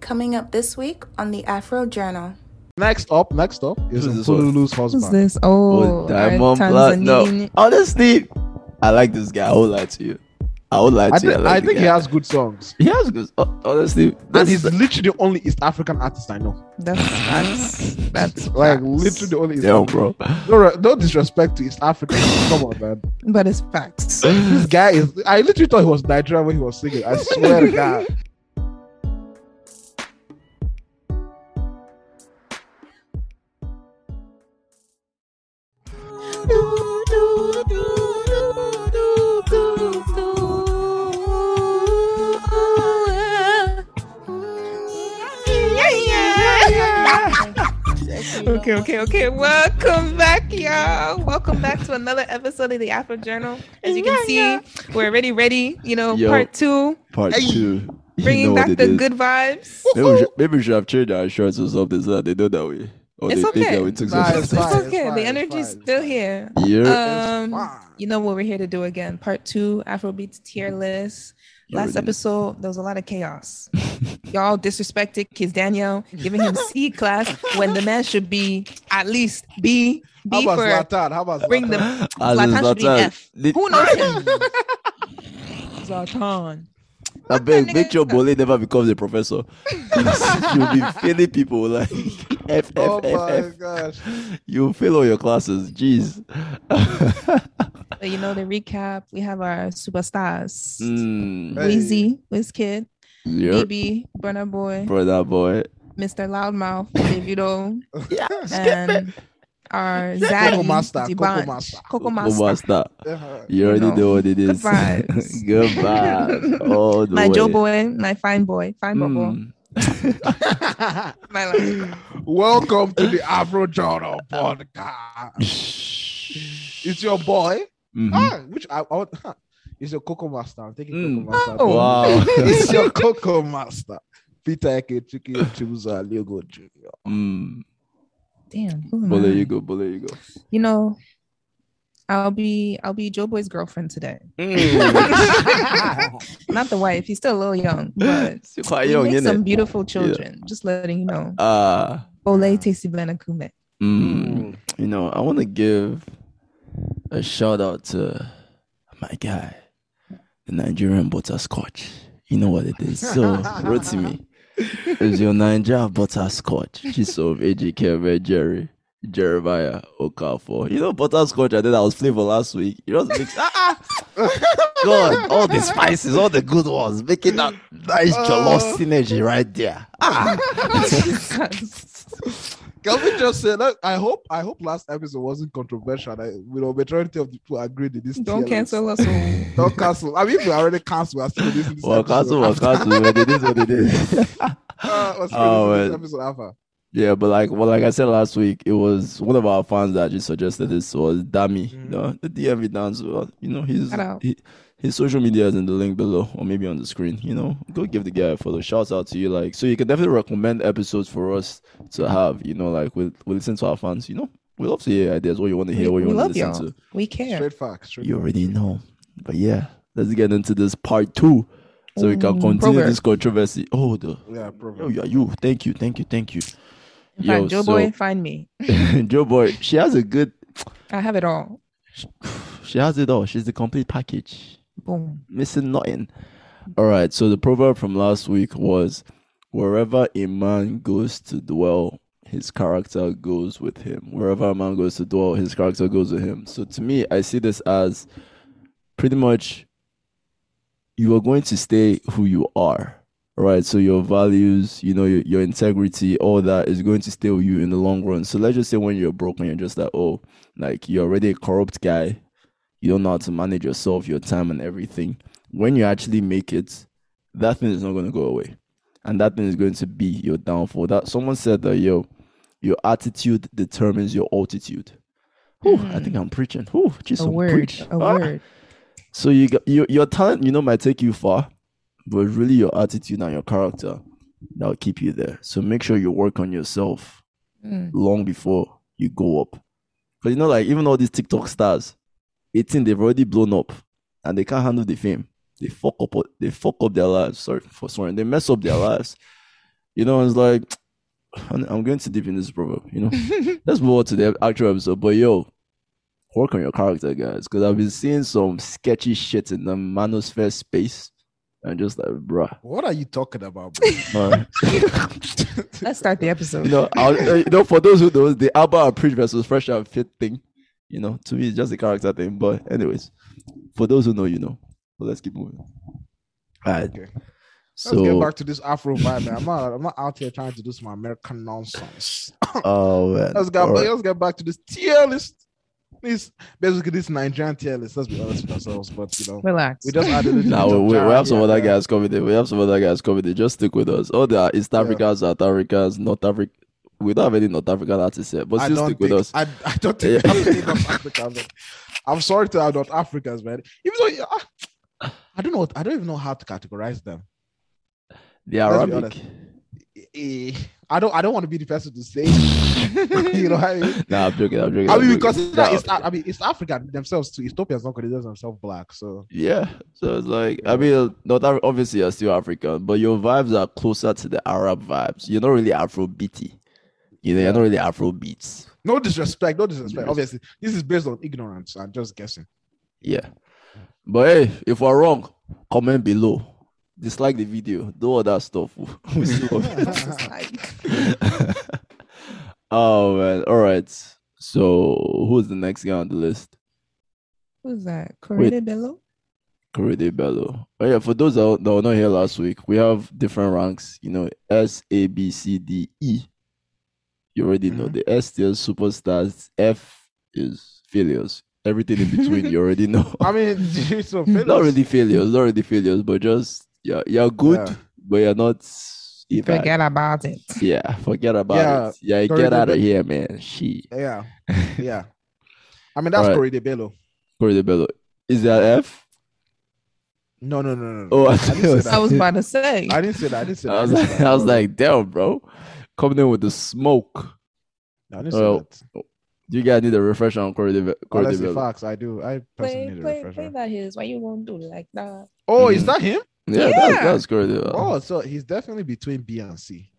coming up this week on the Afro Journal. Next up, next up is Who's this Who's Mpululu's husband. this? Oh, Oh, our Diamond Blood. No, Tanzanian- honestly, I like this guy. I will lie to you. I will lie to I, you. thi- like I the think he guy. has good songs. He has good. ho- Honestly, And this- he's literally the only East African artist I know. That's that's that's Like facts. literally the only East yo, African. bro. No, re- no disrespect to East Africa. Come on, man. but it's facts. This guy is. I literally thought he was Nigerian when he was singing. I swear to God. Okay, okay, okay. Welcome back, y'all. Welcome back to another episode of the Afro Journal. As you can see, we're already ready. You know, Yo. part two, Part Hey. two. You bringing know back what it the is. good vibes. Maybe we, should, maybe we should have changed our shirts or something so that they know that we. Or It's they think okay. that we took Nah, something. it's fine. it's okay. the it's energy's fine, it's still fine. here. Yeah. Um, fine. you know what we're here to do again? Part two, Afrobeats tier Mm-hmm. list. You Last already- episode, there was a lot of chaos. Y'all disrespected Kiz Daniel, giving him C class when the man should be at least B, How B about for Zlatan? How about bring Zlatan? them. As Zlatan is should be Zlatan. F. Did- Who knows him? Zlatan. I beg, make sure nigga. Bole never becomes a professor. You'll be failing people like F, F, Oh F, my F. gosh. You'll fail all your classes. Jeez. But you know, the recap, we have our superstars. mm, Hmm. Hey. Weezy, Wizkid, yeah, BB, Burner Boy, brother boy. Mr. Loudmouth, Davido, Yeah, and our Zaddy, Coco Master, Coco Dibanch, Master. Coco Coco Master. Master. Yeah. You already know, know what it good is. vibes. Good vibes. All the My way. Joe Boy, my fine boy, fine bobo, Mm. my life. Welcome to the Afro Journal podcast. It's your boy. Mhm. Mm. Ah, which I, I would, huh, is your Coco Master. I'm taking Mm. Coco Master. Oh. Wow. it's your Coco Master. Peter Eke Chiki Chibuza Liogo Jr. mm. Damn. who am Bole, I? you go. Bole, you go. You know, I'll be I'll be Joe Boy's girlfriend today. Mm. Not the wife. He's still a little young, but Still quite he young, makes innit? some beautiful children. Just letting you know. Ah. Ole Tesi Benakume. Hmm. Mm. you know, I want to give a shout out to my guy, the Nigerian butterscotch. You know what it is. So, Rotimi is your Nigeria butterscotch. She's of AGK Jerry. Jeremiah Okafor. You know, butterscotch, I did I was flavor last week. You just mix ah, ah. God, all the spices, all the good ones, making that nice jollof synergy right there. Ah, Can we just say that? I hope I hope last episode wasn't controversial. I, you know, majority of the people agreed with this. Don't tier list. cancel us. all. Don't cancel. I mean, if we already canceled, we're still releasing this well, episode. castle, well, castle, it is what it is. Uh, we're still Oh, releasing man. this episode alpha. Yeah, but like, well, like I said last week, it was one of our fans that actually suggested this was Dami, you know, the DMV dance. Well, you know, his Mm. Shout out. he, his social media is in the link below or maybe on the screen. You know, go give the guy a follow. Shouts out to you, like, so you can definitely recommend episodes for us to have. You know, like we we listen to our fans. You know, we love to hear ideas, what you want to hear, what you we want love to listen y'all. to. We care. Straight facts. Straight You already know, but yeah, let's get into this part two, so we can continue proverb. this controversy. Oh, the Yeah, yo, probably. yeah, you, thank you, thank you, thank you. In fact, Yo, Joe so- Boy, find me. Joe Boy, she has a good, I have it all. she has it all. She's the complete package, Boom. missing nothing. All right, so the proverb from last week was wherever a man goes to dwell, his character goes with him. Wherever a man goes to dwell, his character goes with him. So to me, I see this as pretty much you are going to stay who you are. Right, so your values, you know, your, your integrity, all that is going to stay with you in the long run. So let's just say when you're broken, you're just like, oh, like you're already a corrupt guy. You don't know how to manage yourself, your time, and everything. When you actually make it, that thing is not going to go away, and that thing is going to be your downfall. That someone said that yo, your attitude determines your altitude. Whew, I think I'm preaching. Whew, Jesus, Mm. A word. preach. A Ah. word. So you got your your talent, you know, might take you far, but really your attitude and your character that'll keep you there. So make sure you work on yourself Mm. long before you go up. Because you know, like even all these TikTok stars, 18, they've already blown up and they can't handle the fame. They fuck up they fuck up their lives. Sorry for swearing. They mess up their lives. You know, it's like I'm I'm going too deep in this proverb. You Hmm. know, let's move on to the actual episode. But yo, work on your character, guys, because I've been seeing some sketchy shit in the manosphere space. I'm just like, bruh. What are you talking about, bro? man. Let's start the episode. you know, I'll, uh, you know, for those who don't, the Alba and Preach versus Fresh and Fit thing, you know, to me, it's just a character thing. But, anyways, for those who know, you know. So let's keep moving. All right. Okay. Let's get So, back to this Afro vibe, man. I'm not, I'm not out here trying to do some American nonsense. oh man. Let's get, All right. let's get back to this tier list. This basically this Nigerian tier list. Let's be honest with ourselves, but you know, Relax. we just added it. Nah, we, we, we have some other guys coming there. We have some other guys coming there. Just stick with us. All the East Yeah. Africans, South Africans, North Africa. We don't have any North African artists here, but I still don't stick think with us. I, I don't think Yeah. I'm thinking of Africans. man. I'm sorry to our North Africans, man. Even though yeah, I- I don't know, I don't even know how to categorize them. let's The be Arabic. Eh, I don't, I don't want to be the person to say, you know, what I mean, Nah, I'm joking. I'm joking. I I'm mean joking. because Nah, it's, I mean, it's African themselves too. Ethiopians not consider themselves black, so Yeah. So it's like I mean North Africa obviously you're still African, but your vibes are closer to the Arab vibes. You're not really Afro beaty. You know, you're not really Afro beats. no disrespect, no disrespect. Obviously, this is based on ignorance and just guessing. Yeah. But hey, if we're wrong, comment below. Dislike the video. Do all that stuff. We still love It's Uh-huh. like- it. oh man. All right. So who's the next guy on the list? Who's that? Corina Bello? Correde Bello. Oh yeah, for those that were- that were not here last week, we have different ranks. You know, S, A, B, C, D, E. You already know the S tier superstars. F is failures. Everything in between, you already know. I mean, it's not fair. not really failures, not really failures, but just yeah, you're good, Yeah. but you're not. either. Forget about it. Yeah, forget about Yeah, it. Yeah, get Correde out of Bello. here, man. She Yeah, yeah. I mean, that's Alright. Corey de Bello. Correde Bello. Is that F? No, no, no, no. no. Oh, I I thought didn't it say was- that. I was about to say. I didn't say that. I didn't say that. I was didn't like, say I was that. like, damn, bro, coming in with the smoke. No, I didn't well, say Do you guys need a refresher on Corey Deve- that. Corey Honestly, Deve- facts. I do. I personally need a refresher. that his. Why you gonna do like that? Oh, Mhm. is that him? Yeah, That's, Yeah. that's Corey Deve- Oh, so he's definitely between B and C.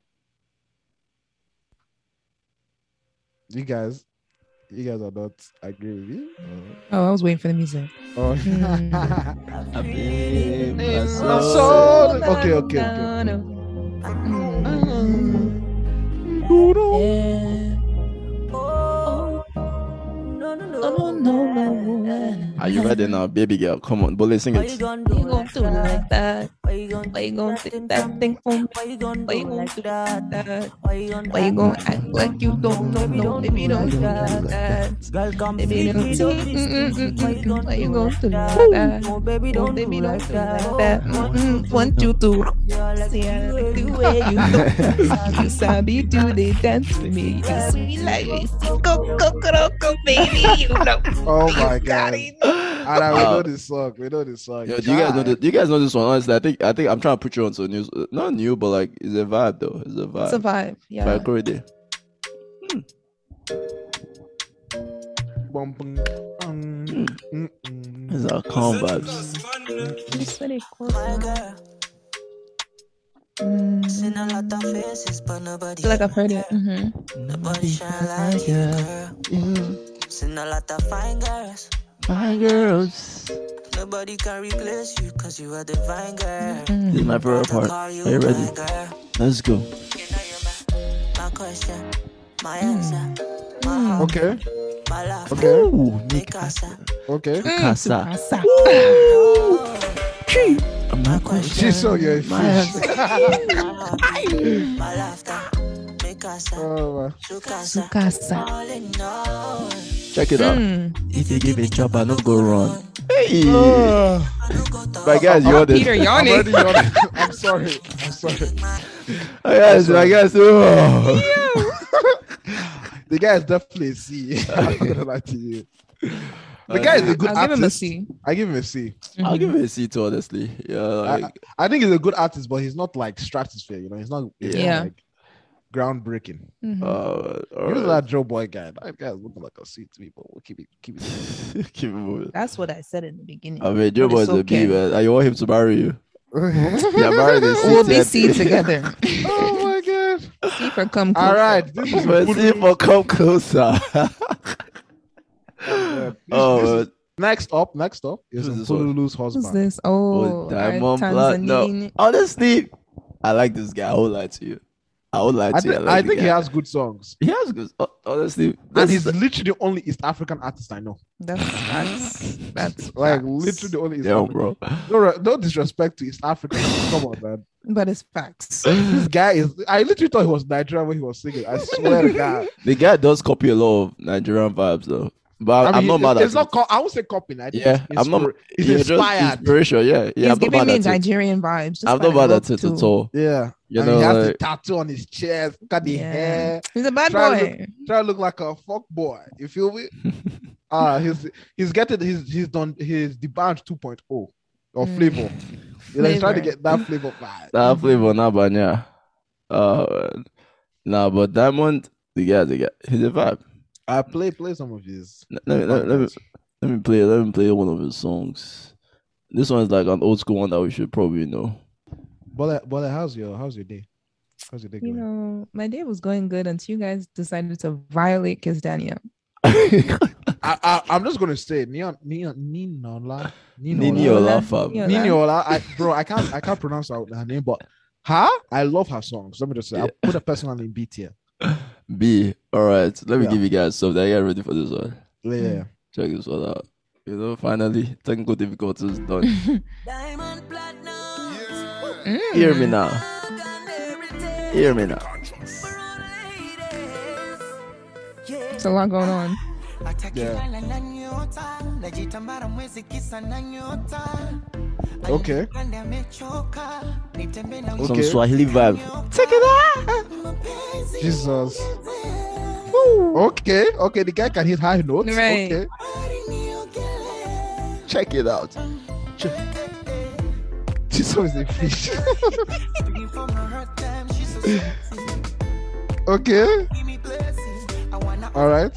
You guys, you guys are not agree with me. Oh, I was waiting for the music. Oh. Hmm. Oh, So- Oh, okay, okay, okay. Are you ready now, baby girl? Come on, Bully, sing Why you it. gonna Why do you gonna like do it that? like that? Why you gonna Why you do gonna that take thing that thing from me? Why you gonna Why you do gonna like do that? that? Why you gonna Why you do gonna like act like you don't know? No, baby, don't do that. Girl, come Baby, feel don't me do this thing. it. Why you gonna do that? that? Oh, baby, Oh, don't baby, do don't like do that. like that. Mm-mm. Want you to You're like see I like the you way you look. You sabi do the dance for me. You sweet like this. Go, go, go, go, baby. You know. Oh my you god! got And it. I, we Wow. know this song. We know this song. Ah, Uh, Yo, do you guys know? God. This, do you guys know this one? Honestly, I think I think I'm trying to put you on to news. Not new, but like it's a vibe though. It's a vibe. It's a vibe. Yeah. By Corey Deve. Bum, bum, um, mm, mm. It's our calm vibes. It's very cool. My girl, seen a lot of faces, but I nobody. feel like I've heard it. Mm-hmm. Nobody shine like you, girl. Seen a lot of fine girls. My girls. Nobody can replace you, cause you are divine, girl. This is my favorite I part. call Mm-hmm. Are you you ready? my girl. Let's go. You know you're my, my question, my Mm. answer, my heart, Okay, my laugh, okay, Ooh, my Nick casa. okay. Casa. Asa. My She's so good. My heart, my laughter, my casa, Oh, man. su casa. Casa. Mm. All in all, Check it out. Hmm. If you give me job, I don't go wrong. Hey. I don't go talk. my guys, you Oh, want this? Peter I'm yawning. already yawning. I'm sorry. I'm sorry. My guys, my guys. Oh. The guy is definitely a C. I'm not gonna lie to you. The guy is a good I'll give him a artist. C. I give him a C. I'll give it a C too, honestly. Yeah, like, I, I think he's a good artist, but he's not like stratosphere. You know, he's not. He's not, Yeah. like, groundbreaking. Mhm. uh, all Even right. that Joe Boy guy. That guy's looking like a C to me, but we'll keep it. Keep it. Keep it moving. That's what I said in the beginning. I mean, Joe But Boy it's is a B, okay. man. I want him to marry you. oh Yeah, marry this. We'll be C together. my god! See for come. All closer. right, this is But see, voodoo. but come closer. Uh, this- oh, this- next up, next up is Who's this Fululu's Who's husband. this? Oh, oh, our diamond blood. No, Tanzanian- honestly, I like this guy. I will lie to you. I will lie to I, you. think like I the think he guy. has good songs, He has good. ho- Honestly, and that's he's the- literally the only East African artist I know. That's that's that's Like facts. literally the only East yeah, African. bro. No, re- no disrespect to East Africa. Come on, man. But it's facts. This guy is. I literally thought he was Nigerian when he was singing. I swear to God. The guy does copy a lot of Nigerian vibes, though. But I mean, am not it's, mad at it's not. it. Co- I won't say copying. I think Yeah, it's I'm not- inspir- It's Yeah, just inspired. inspiration. Yeah, yeah. He's I'm not giving mad me at it. Nigerian vibes. just I'm by not the mad at look, it too. at all. yeah, You and he know, has like, the tattoo on his chest. Look at the Yeah. hair. He's a bad Try to- boy. Try to look like a fuck boy. You feel me? Ah, he's he's getting he's he's done his debauch 2.0 or Mm. oh flavor. You know, he's trying to Flavor. get that flavor vibe. that flavor, nah, but yeah. Uh, nah, but Diamond, the guy, the guy, he's a vibe. I play play some of his. Let let me, let, let me, let me play let me play one of his songs. This one is like an old school one that we should probably know. But but how's your how's your day? How's your day You going? know, my day was going good until you guys decided to violate Kiss Daniel. I, I I'm just gonna say Neon Neon Ninola Nini Ninola Ninola. Olafam. Ninola. Ninola. I, bro, I can't I can't pronounce her, her name, but her I love her songs. Let me just say I'll put a personal in B tier. B. All right, let me Yeah. give you guys some. I get ready for this one. Yeah. Check this one out. You know, finally, technical difficulties done. Diamond platinum. Mm, Hear me now. Hear me now. It's a lot going on. Okay. Some Okay. Swahili vibe. Mm. Jesus. Woo. Okay, okay, the guy can hit high notes. Right. Okay. Check it out. This one is a fish. okay. All right.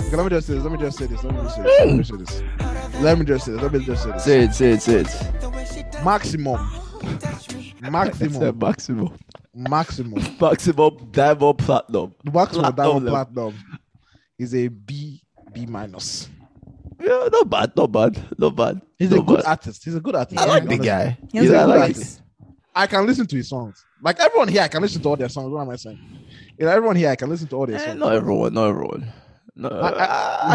Okay, let me just say this. Let me just say this. Let me just say this. Let me just say this. Let me just say this. Let me just say this. Say it. Say it. Say it. maximum, It's a maximum, maximum. maximum. Maximum diamond platinum. The maximum of that one Platinum. platinum is a B, B minus. Yeah, not bad. Not bad. Not bad. He's not a good bad. artist. He's a good artist. I like the honestly. guy. He has Yeah, a I good like voice. this. I can listen to his songs. Like everyone here, I can listen to all their songs. What am I saying? You know, everyone here, I can listen to all their Eh, songs. not everyone, not everyone. No, I, I- I-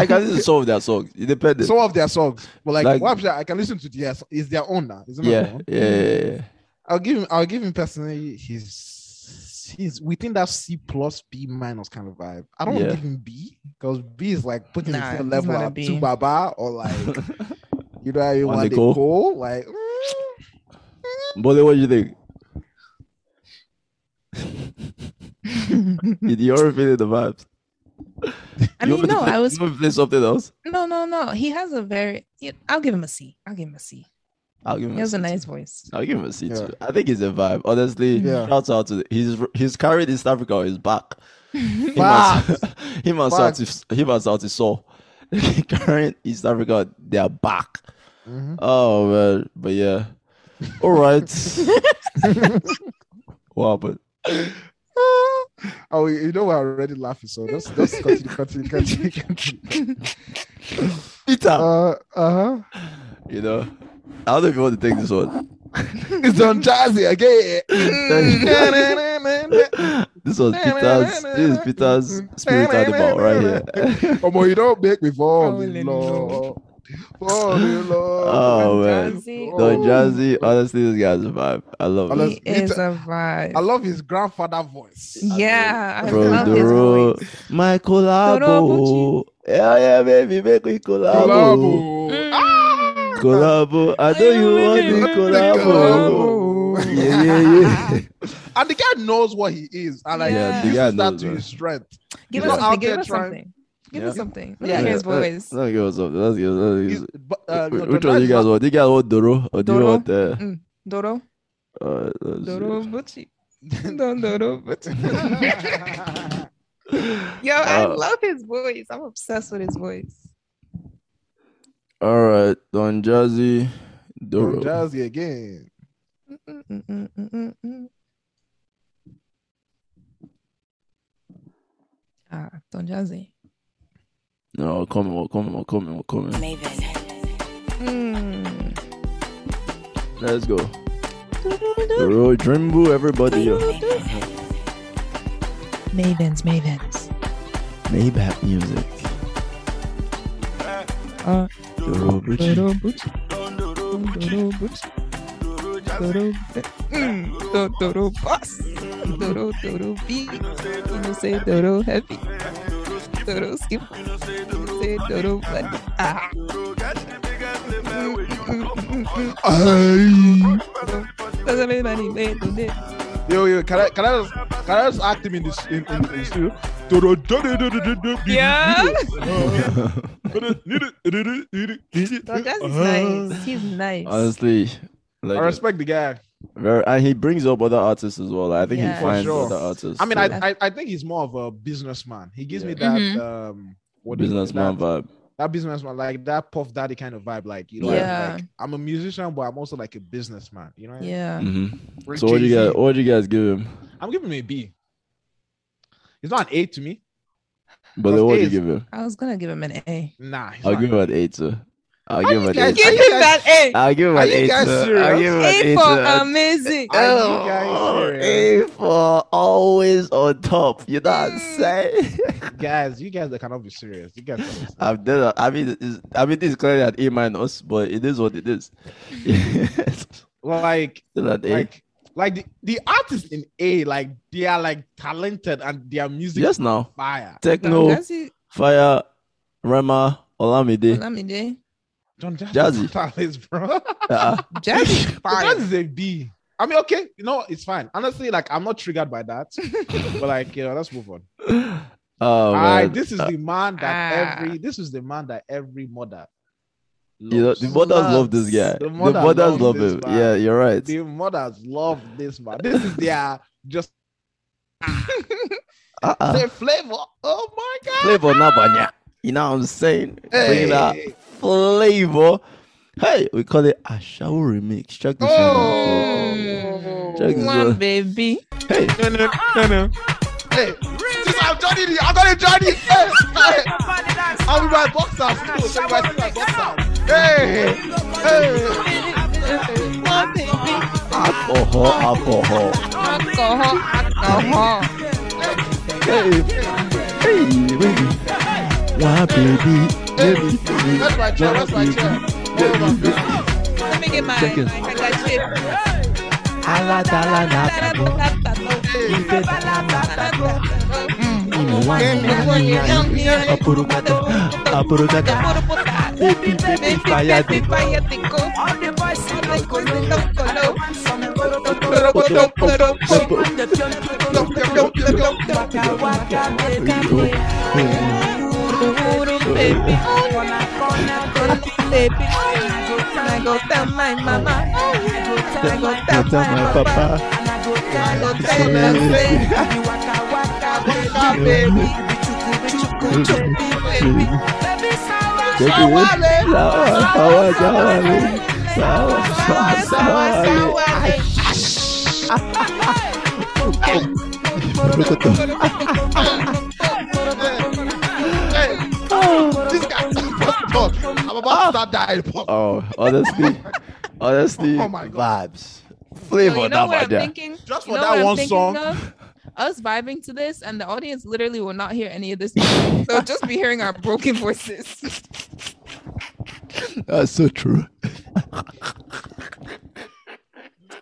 I, can listen to some of their songs. It depends. some of their songs, but like, Like- what I'm saying, I can listen to their is their own now. Isn't yeah, yeah, yeah, yeah. I'll give him. I'll give him personally his he's within that C plus B minus kind of vibe. I don't Yeah. wanna give him B because B is like putting Nah, the same he's level not a at B. two Baba or like you know how you One want to to go. go like. But what do you think? you, you already feeling the vibes. I You mean, want me to no, play- I was You want me to play something else. no, no, no. He has a very. yeah, I'll give him a C. I'll give him a C. I'll give him. He has a a C too. nice voice. I'll give him a C Yeah. too. I think it's a vibe. Honestly, Yeah. shouts out to the, he's he's carried East Africa on his back. Him Facts. and him and South him and South Soul carrying East Africa on their back. Mhm. Oh man, but yeah. All right. wow, but Oh, you know we're already laughing, so just just continue, continue, continue, continue. Peter, Uh, uh huh. you know, I don't know if you want to take this one. It's on Jazzy again. This was Peter's. This is Peter's spirit animal right here. Oh, you don't make me fall Fall in in love. Fall in love. oh man, Jazzy. Don Jazzy. Honestly, this guy's a vibe. I love I it. love- He is a I vibe. love his grandfather voice. Yeah, I Bro, love his Doro, voice. my collabo. Yeah, yeah, baby, make me collabo. Collabo. Ah! Mm. Collabo. I know you want the Mm. collabo. Yeah, yeah, yeah. And the guy knows what he is. And like, Yeah, he the guy uses that knows, to man. his strength. Give He's not us something. out Give there us trying- something. Give Yeah. us something. Let Yeah. me hear his Let- voice. Let's give us something. Let's give us something. He's- but, uh, Wh- no, Which the one do you nice guys man- want? Do you guys want Doro or do you Doro? want uh, Mm. Doro. uh, let's Doro see. Bucci. Don Doro Bucci. Yo, I Uh, love his voice. I'm obsessed with his voice. All right, Don Jazzy, From Doro. Jazzy again. Mm, mm, mm, mm, mm, mm. Ah, Don Jazzy. No, we're coming, we're coming, we're coming, we're coming. Mm. Let's go. Roy Dreambo, everybody. yo. Mavens, mavens. Maybach music. Uh, The Roy Richie. dodo boots, dodo boots, dodo be- mm, do- dodo boss, dodo dodo beat. You know say dodo heavy, dodo skip, you know say dodo bloody. Ah. Mm, mm, mm, mm, Aye. mm. Does everybody wait on it? Yo, yo, can I, can I, just, can I just act him in this, in, in, in the studio? Yeah. Don Jazzy's Yeah. nice. He's nice. Honestly, like, I respect the guy. very, and he brings up other artists as well. I think Yeah. he For finds sure. other artists. I mean, so, I, I, I think he's more of a businessman. He gives me Yeah. that Mhm. um, what do you- businessman that- vibe. that businessman, like that Puff Daddy kind of vibe. Like, you know, like- Yeah. like, I'm a musician, but I'm also like a businessman. You know, Yeah. hmm We're So what do you Jay-Z. guys? What do you guys give him? I'm giving him a B. He's not an A to me. But Plus then what do you A's. give him? I was gonna give him an A. Nah, he's I'll not. give him an eight. sir. I'll Are give him you an guys- eight. Are Give you him that A. I'll give him Are an you eight. guys sir. serious? I'll give him an A eight. for sir. amazing. Are you guys Oh, serious? A for always on top. You know what I'm Mm. saying? guys, you guys that cannot be serious. You guys, cannot be serious. I've done. I mean, it's, I mean, this is clearly an A minus, but it is what it is. Still like, an A. like, like the, the artists in A, like they are like talented and their music Just now, is fire. Don techno, Jazzy, fire, Rema, Olamide. Olamide. John Jazzy, Jazzy. is talent, bro. Uh, Jazzy That is a B. I mean, okay, you know, it's fine. Honestly, like I'm not triggered by that, but like, you know, let's move on. oh Aye, man, this is the man that Ah. every this is the man that every mother you know, loves. the mothers love this guy. The The, mother mothers love love this him. man. Yeah, you're right. the mothers love this man. This is their just Uh-uh. their flavor. Oh my god. flavor Nabanya. You know what I'm saying? Bringing that Hey. flavor. Hey, we call it a shower remix. Check this one out. Oh. Check this One one. baby. Hey, No, no, no, no. Hey, since I'm joining you, I'm gonna join you. Hey, hey. I'll be my boxer. I'll be my my boxer. Hey, hey. One baby. alcohol, alcohol. Alcohol, alcohol. Hey, hey, baby. Why, baby? Baby, baby. That's my chair. That's my chair. Oh my God. Let me get my, Check it. my I got shit. Ala, dala, la, la, la. Apurukata, apurukata. Baby, baby, fire, baby. my papa. Hey, this guy. I'm about to start dying. Oh, honestly, honestly, Oh my God. vibes, flavor, So you know not what I'm bad. thinking? Just You for know that what I'm one thinking song. of? Us vibing to this, and the audience literally will not hear any of this. music. so just be hearing our broken voices. That's so true.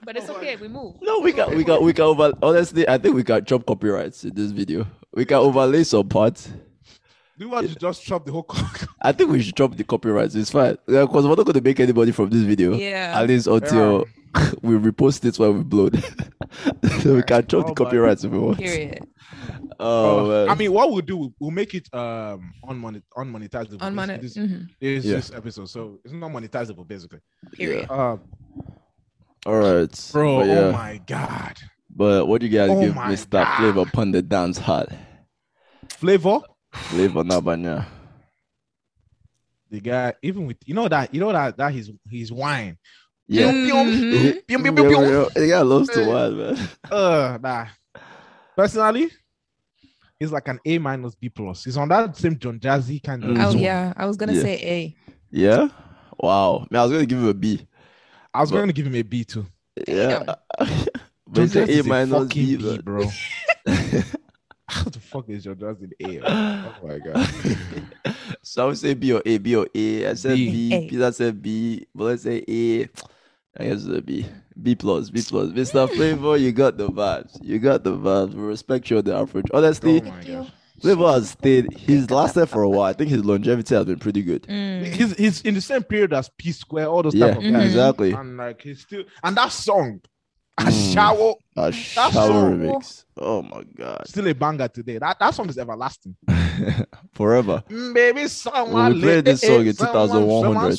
But it's okay. We move. No, we can, we can, we can over. Honestly, I think we can chop copyrights in this video. We can overlay some parts. Do you want to just chop the whole cock? I think we should chop the copyrights. It's fine because we're not going to make anybody from this video. Yeah. At least until we repost it while we blow it. so we can chop Oh my the copyrights if we want. Period. Oh, man. Uh, I mean, what we'll do, we'll- we'll make it um unmonet- unmonetizable. It's- On monet. This, mhm, this, Yeah. this episode, so it's not monetizable basically. Period. Uh, all right, bro, But, yeah. oh my god, but what do you guys Oh give my Mr. God. Flavor Panda Dance Hot? flavor. Flavor Nabanya. The guy, even with you know that you know that that his his wine. Yeah. Mhm. Yeah, yeah, yeah. The guy loves to wild, man. Uh, nah. Personally, is like an A minus B plus. It's on that same John Jazzy kind of. Mm. Oh zone. yeah, I was gonna Yeah. say A. Yeah. Wow. Man, I was gonna give him a B. I was But- going to give him a B too. Yeah. John but it's an Jazzy A is minus fucking B. B, but- bro. How the fuck is John Jazzy an A? Oh my god. so I would say B or A, B or A. I said B. B. A. Peter said B, but let's say A. I guess it's a B. B plus, B plus. Mr. Flavor, you got the vibes. You got the vibes. We respect you on the average. Oh Honestly, my god. Flavor has stayed. He's lasted for a while. I think his longevity has been pretty good. Mm. He's, he's in the same period as P Square, all those Yeah, type of guys. exactly. And like he's still and that song, a Mm. shower, A Mm-hmm. so- shower remix. Oh my god. still a banger today. That that song is everlasting. Forever. Mm, Baby, someone we played this live, song in someone, Someone, 2100.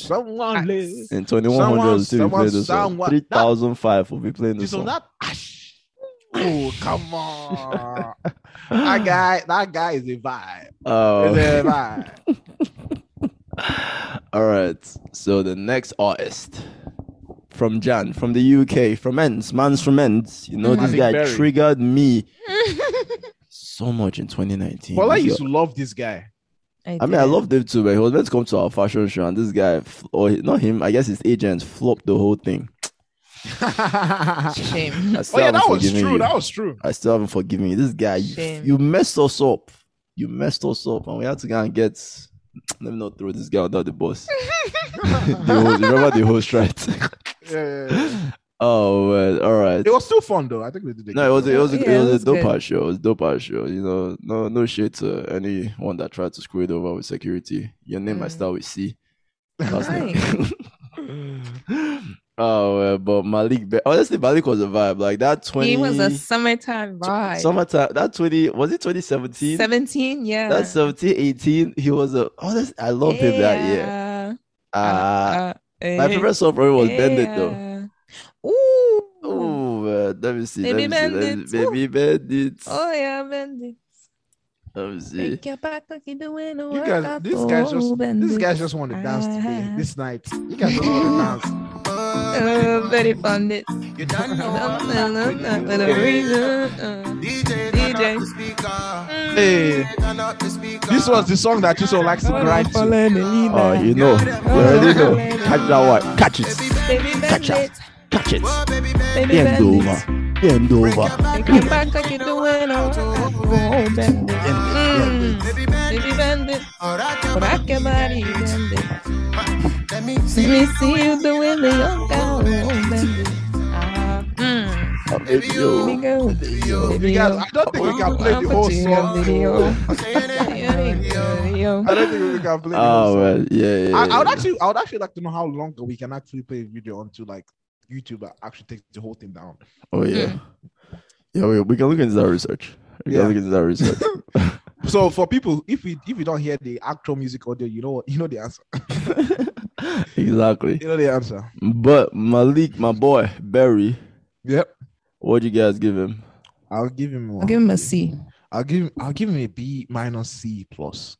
someone live. In 2100, Someone- we'll still be playing this song. someone- that- 3005 will be playing this This on song. that. Ash. Oh come on, that guy, that guy is a vibe. Is a Oh. vibe. All right. So the next artist from Jan, from the UK, from Ends, man's from Ends. You know, this Martin guy Mm. Berry. triggered me so much in 2019. Paula This used guy- to love this guy. I mean, I did. love him too, but he was meant to come to our fashion show, and this guy, fl- or he- not him, I guess his agent flopped the whole thing. oh shame. I still yeah, haven't that was forgiven true. you. That was true. I still haven't forgiven you. This guy, you, Shame. you messed us up. You messed us up, and we had to go and get. Let me not throw this guy under the bus. the host, remember the host, right? Yeah, yeah, yeah. oh, man. all right. It was still fun though. I think we did it. No, it was it was a, Yeah, it was it a was dope good. ass show. It was a dope ass show. You know, no no shit to anyone that tried to screw it over with security. Your name I Mm. start with C. Last Nice. name. oh, uh, but Malik. Be- Honestly, Malik was a vibe. Like that twenty. He was a summertime vibe. summertime. That twenty was it twenty seventeen? Seventeen, yeah. That 17, 18, he was a. Honestly, I loved him that year. Yeah. Uh, Uh, my eh, favorite song from him was Bend It though. yeah. Ooh. Oh, man. Let me see. Baby let me Bandits, see. Let me, baby Bandits. Oh yeah, Bendit. Let me see. Take your back like you do in the You world guys, out this the guy just, old this guy Bandits. just want to dance today, Ah. this night. You guys just want to dance. Oh, very bandit. You don't know Dun, what dun, dun, dun, for the reason, uh. DJ, turn DJ. up the speaker. Hey, Turn up the speaker. this was the song that Chiso likes to grind to. Oh, Oh, you know, you already know. Catch that one. Catch it. Baby bandit, Catch it. Oh, baby, baby. baby Bend bandit. over. Bend over. Take your back like you do in the world out the old bandit. Mm. Baby, baby. Baby bandit, All right, rock your body, bandit. let me see. Let me see you doing the young girl, old bandit. Ah, mm. Oh, baby, yo. Video, You guys, video. I don't think we can play the whole song. Video, Say it. video. I don't think we can play the whole Oh, song. man. Yeah, yeah. I, I would yeah. actually, I would actually like to know how long we can actually play a video until like YouTube actually takes the whole thing down. Oh, yeah. Yeah, we, we can look into that research. We Yeah. can look into that research. So for people, if we if you don't hear the actual music audio, you know what, you know the answer. exactly. You know the answer. But Malik, my boy, Barry, Yep. what'd you guys give him? I'll give him one. I'll give him a C. I'll give I'll give him a B minus C plus.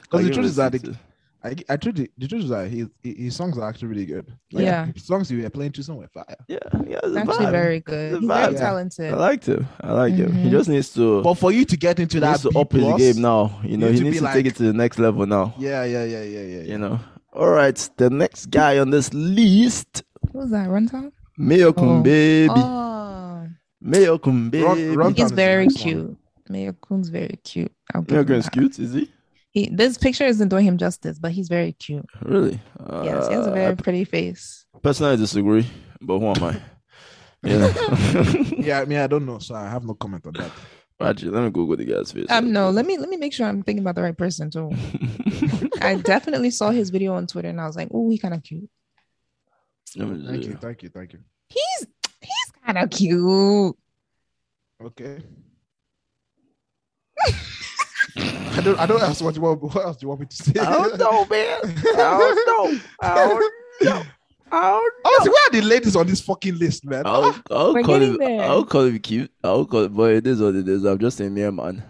Because I'll the give truth him is a that C the, too. I I truth the, the truth is that his his songs are actually really good. Yeah. the songs you were playing to somewhere fire. Yeah, yeah, it's a Actually, vibe. very The good. He's very vibe. I talented. liked him. I like him. He Mhm. just needs to But for you to get into he that needs to B up his plus, game now. You know, need he to needs be to like- take it to the next level now. Yeah, yeah, yeah, yeah, yeah. yeah. You know. All right, the next guy on this list, What was that? Runtime? Mayo Kun Oh. baby. Oh, Mayo Kun Run- baby. run- he's Runtime is the very next one. cute. Mayor Kun's very cute. I'll give Mayo him Kun's that. cute, is he? He, this picture isn't doing him justice, but he's very cute. Really? Uh, Yes, he has a very pretty face. I personally disagree, but who am I? Yeah. Yeah, I mean, I don't know, so I have no comment on that. Actually, let me Google the guy's face. Um, no, let me let me make sure I'm thinking about the right person too. I definitely saw his video on Twitter and I was like, oh, he kind of cute. Let me Thank see. you, thank you, thank you. He's he's kind of cute. Okay. I don't. I don't ask what you want. What else do you want me to say? I don't know, man. I don't know. I don't know. I don't Honestly, Oh, where are the ladies on this fucking list, man? I'll, I'll We're call getting him. there. I'll call him cute. I'll call, but it is what it is. I'm just a mere man.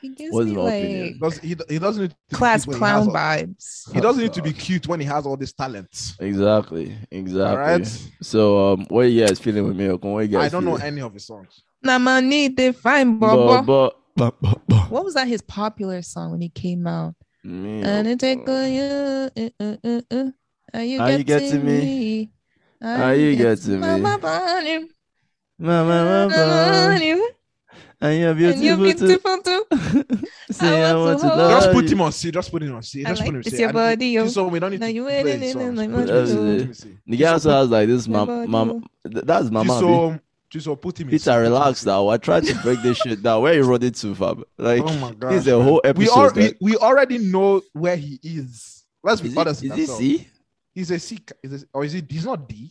He gives What's me my opinion? like Because he, he doesn't need to be class cute when he has clown all- vibes. He doesn't need to be cute when he has all this talent. Exactly, exactly. All right. So, um, what are you guys feeling with me? Okun? What you guys? I don't know feeling? any of his songs. Nama need the fine But, bobo. but Ba, ba, ba. What was that his popular song when he came out? Me, And oh, it take oh. a uh, uh, uh, uh, uh. Are you, Are you getting getting me? me? Are you getting my- me? my body, Ma, ma, ma, my ma. And body, you're And you're beautiful, too. beautiful too. Say I I want want to to hold love Just put you. him on C. Just put him on C. I Just put like him on this C. your I don't- body, yo. So we don't need Now to you play ain't his in songs. my Put mind, his yo. songs on The guy also has like this, mama, Nobody mama. will. th- That's C. mama. B. So, so put him in C. Peter, relax now. I tried to break this shit down. Where you run it to, fam? Like, Oh my gosh, this is a man. whole We, episode. al- that- we, we already know where he is. Let's be is honest. it, with is it ourselves. C? He's a C. ca- Is a, or is it? He's not D.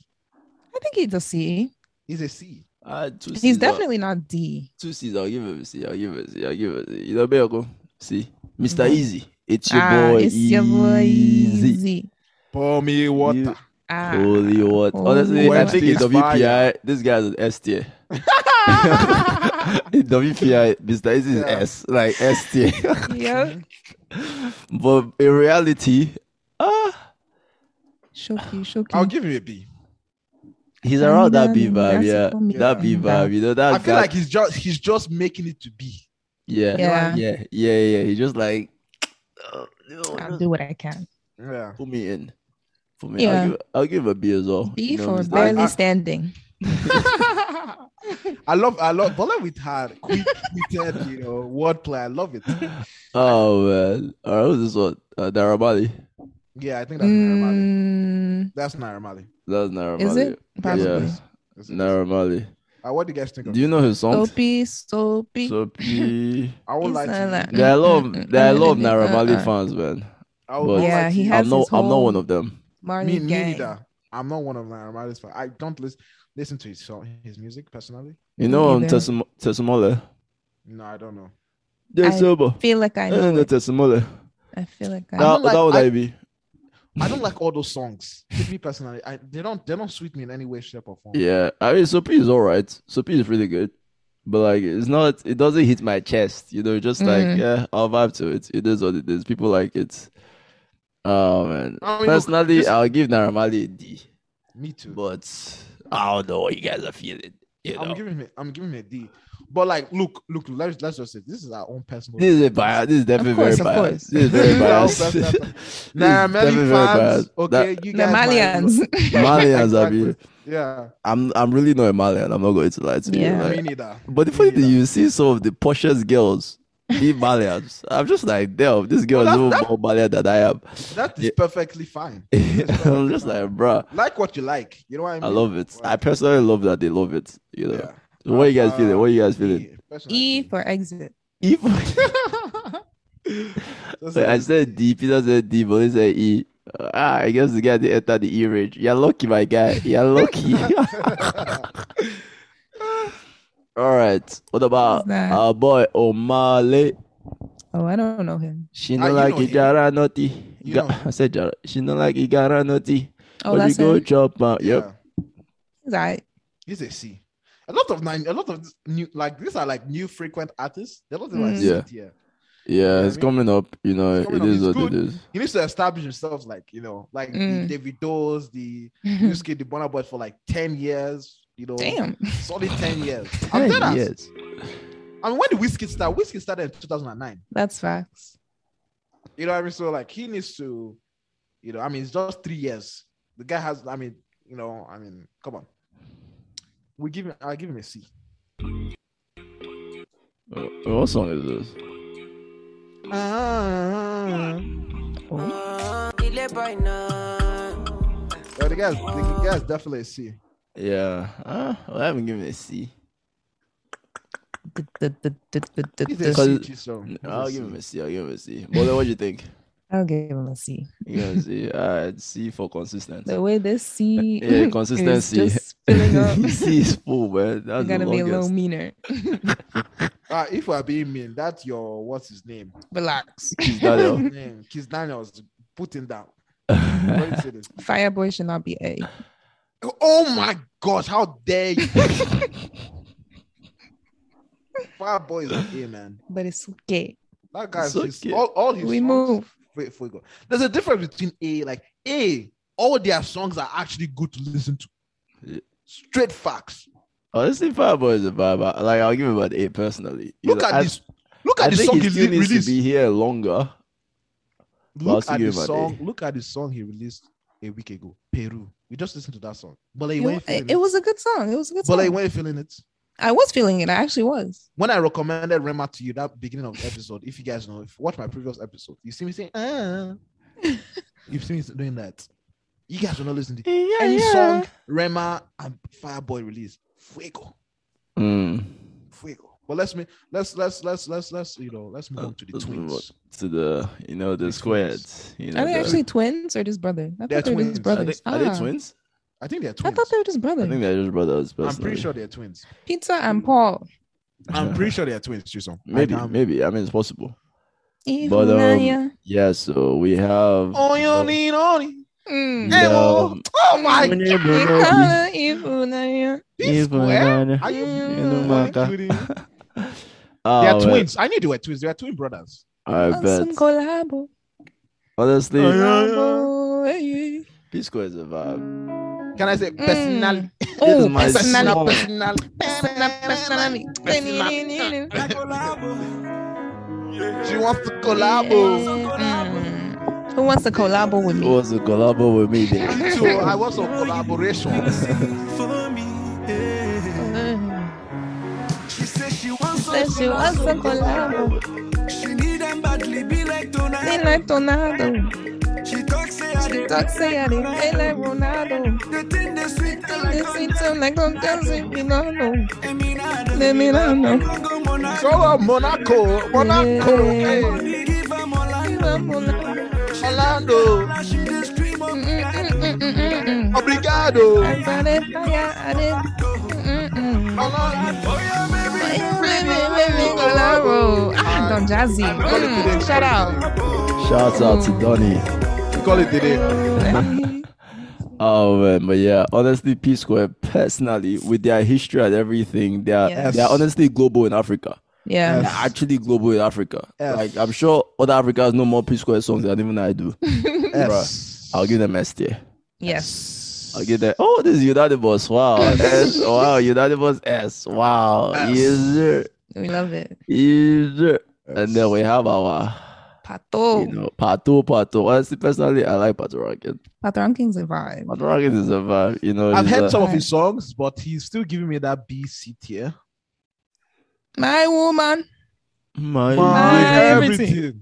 I think he's a C. He's a C. Uh, two C's, He's uh, definitely not D. two C's. I'll give him a C. I'll give him a C. I'll give him a C. You know, Beyoko. C. mister Mhm. Easy. It's your ah, boy. it's your boy Easy. Easy. Pour me water. You- Ah, Holy what? Honestly, I Wednesday think in is WPI, fire. this guy's an S tier. in WPI, Mr. Easy is Yeah. S, like S tier. yeah. but in reality, ah, Shoki, Shoki. I'll give him a B. he's around that B vibe, That's yeah. a comedy. That B vibe, you know, that I feel guy- like he's just he's just making it to B. yeah, yeah, Yeah, yeah, yeah, yeah. He just like, uh, you know, I'll just do what I can. Yeah. put me in. Put me, Yeah. I'll, give, I'll give him a B as well. B you know, for Mr. barely I- standing. I love I love but like with her quick witted, you know, wordplay. I love it. Oh man, all right, who's this one? Uh, Naramali. Yeah, I think that's Naramali. Mm, That's Naramali. That's Naramali. is it? Mm, Probably. Yeah, That's it. Naramali. Uh, what do you guys think of Do you know his songs? Soapy, soapy. So P. I would like It's to like- There are a lot of Mm-mm-mm. there are a lot of Mm-mm-mm. Naramali Uh-uh. fans, man. I But- would Yeah, like he to- has I'm not his I'm not whole one of them. Marley me, me gang. neither. I'm not one of Naramali's fans. I don't listen listen to his song his music personally. You know um, on neither. Tesum- Tesumole. No, I don't know. I- Yes, Obo. feel like I know. And the it. Tesumole. I feel like I know. That like- that would I- I be. I don't like all those songs. To me personally, I they don't they don't suit me in any way, shape, or form. Yeah, I mean Sopi is alright. Sopi is really good. But like it's not it doesn't hit my chest, you know, just like Mm. yeah, I'll vibe to it. It is what it is. People like it. Oh man. I mean, look, Personally, this- I'll give Naramali a D. Me too. But I don't know what you guys are feeling. You know. I'm giving him a, I'm giving him a D. But like, look, look, let's let's just say this is our own personal. This is a bias. This is definitely course, very of biased. course. This is very No, biased. that's- This that's- is Nah, definitely Mali very fans. biased. Okay, you The guys. might- Malians. Malians, I Exactly. mean, Yeah, I'm I'm really not a Malian. I'm not going to lie to you. Yeah. like- me neither. but the Me funny thing, neither. you see some of the poshest girls be Malians. I'm just like, damn, this girl is that's- even more Malian than I am. that is Yeah. perfectly fine. I'm just like, bruh, Like what you like. You know what I mean? I love it. I personally love that they love it. You know. Yeah. So what you guys Uh, feeling? What you guys feeling? D, personally. E for exit. If That's I it. said D, Peter said D, but he said E. Uh, ah, I guess the guy didn't enter the E range. You're lucky, my guy. You're lucky. All right. What about that? our boy Omale? Oh, I don't know him. She Ah, no you like know him. Igara Noti. You Ga- know him. I said Jara. She no like Igara Noti. Oh, but that's you go him. chop out. Yeah, Yep. He's alright. he's a C. A lot of nine, a lot of new, like these are like new frequent artists. They're not like Mm. Yeah. yeah. Yeah, Yeah, it's I mean, coming up. You know, it's coming it up. is It's what it good. is. he needs to establish himself, like you know, like Mm. the Davidos, the Yusuke, the Bonner Boy for like ten years, you know, Damn. solid ten years. I'm dead Ten ass. years. I mean, when did Whiskey start? Whiskey started in 2009. That's facts. You know what I mean? So like, he needs to, you know, I mean, it's just three years. The guy has, I mean, you know, I mean, come on. We give him, I give him a C. Uh, what song is this? Delay by now. Yeah, the guy's, the guy's definitely a C. Yeah. Huh? Well, I haven't given it a C. D- d- d- d- d- d- He's d- a Cause- C. G, so he's a I'll C. give him a C. I'll give him a C. But then what do you think? I'll give him a C. You give him a C. Uh, C for consistency. The way this C Yeah, consistency. is just filling up, C is full, man. I'm That's the gonna be a little longest. meaner. Ah, if we're being mean, that's your, what's his name? Relax. Keith Daniel. name. Kiss Daniels putting down. Let me I say this. Fireboy should not be A. Oh my gosh, how dare you? Fire boy is okay, man. But it's okay. That guy's It's his- okay. all, all his We songs- move. Wait, before we go. There's a difference between A, like A, all their songs are actually good to listen to. Yeah. Straight facts. Honestly, Fireboy is a vibe. I- Like, I'll give him an eight personally. You Look know, at I- this. Look at I the think song he he still needs released. to be here longer. Look I'll at see the you, my song. day. Look at the song he released a week ago. Peru. We just listened to that song. But like, You- you weren't feeling it, it was a good song. It was a good But song. like, weren't feeling it. I was feeling it. I actually was. When I recommended Rema to you that beginning of the episode, if you guys know, if you watch my previous episode, you see me saying, ah. You've seen me doing that. You guys will not listen to any song Rema and Fireboy released. Fuego. Mm. Fuego. But let's me let's let's let's let's let's you know let's move on to the Uh, let's move on. twins. To the you know the Twins. squads. You know, Are they the- actually twins or just brother? I They're thought they were twins. just Are are brothers. they, are they Ah, twins? I think they're I twins. thought they were just I brothers. think they're just brothers. I'm Personally. pretty sure they're twins. Peter and Paul. I'm pretty sure they're twins, um, Chisholm. I- Maybe, I'm- maybe. I mean, it's possible. But um, Ihunanya. yeah. So we have. Oyoni, oni. Mm. Yeah. Hey, oh, oh my When god. everyone is- Ikana ihunanya. This even square? when- Are you fucking Even Maka. kidding? Ah, They are well, twins. I knew they were twins. They are twin brothers. I Awesome bet. collabo. Honestly, Collabo. Hey. P Square is a vibe. Can I Mm. say personal? This is Oh, my personal. song. Personal. Personal, personal. Personal. She Yeah. wants to collabo. Mm. Who wants to collabo with It me? was a collabo with me there. So I want some collaboration. For me, yeah. Mm. She says she wants Says she wants to collabo. She need them badly, be like They tonight. like Ronaldo. She talks, say I did. Talk say I did. They like Ronaldo. The thing they sweet, they They like see contact. some like I'm dancing Milano. Let me know. Let me know. Go, Monaco. So uh, Monaco, Monaco, hey, Only give 'em Orlando. Mm-mm-mm-mm-mm. Orlando, Now she just dream of obrigado. I got it, I got it. Mm-mm-mm. Orlando. Collabo. Ah, Don Jazzy. Mm. Shout out. Shouts out to Donny. We Call it today. Mm. Oh man, but yeah, honestly, P Square personally, with their history and everything, they are Yes. they are honestly global in Africa. Yeah. They're actually global in Africa. Yes. Like I'm sure other Africans know more P Square songs than even I do. Yes. I'll give them S tier. Yes. I'll give them. Oh, this is Unanimous. Wow, S. Wow, Unanimous S. Wow, yes sir, We love it. yes sir. And then we have our, Pato. you know, Pato Pato. Honestly, personally, I like Pato Rocket. Pato Rankings a vibe. Pato Rocket is a vibe. You know, I've he's heard a- some of his songs, but he's still giving me that B C tier. My woman. my My Ah, Ah, everything.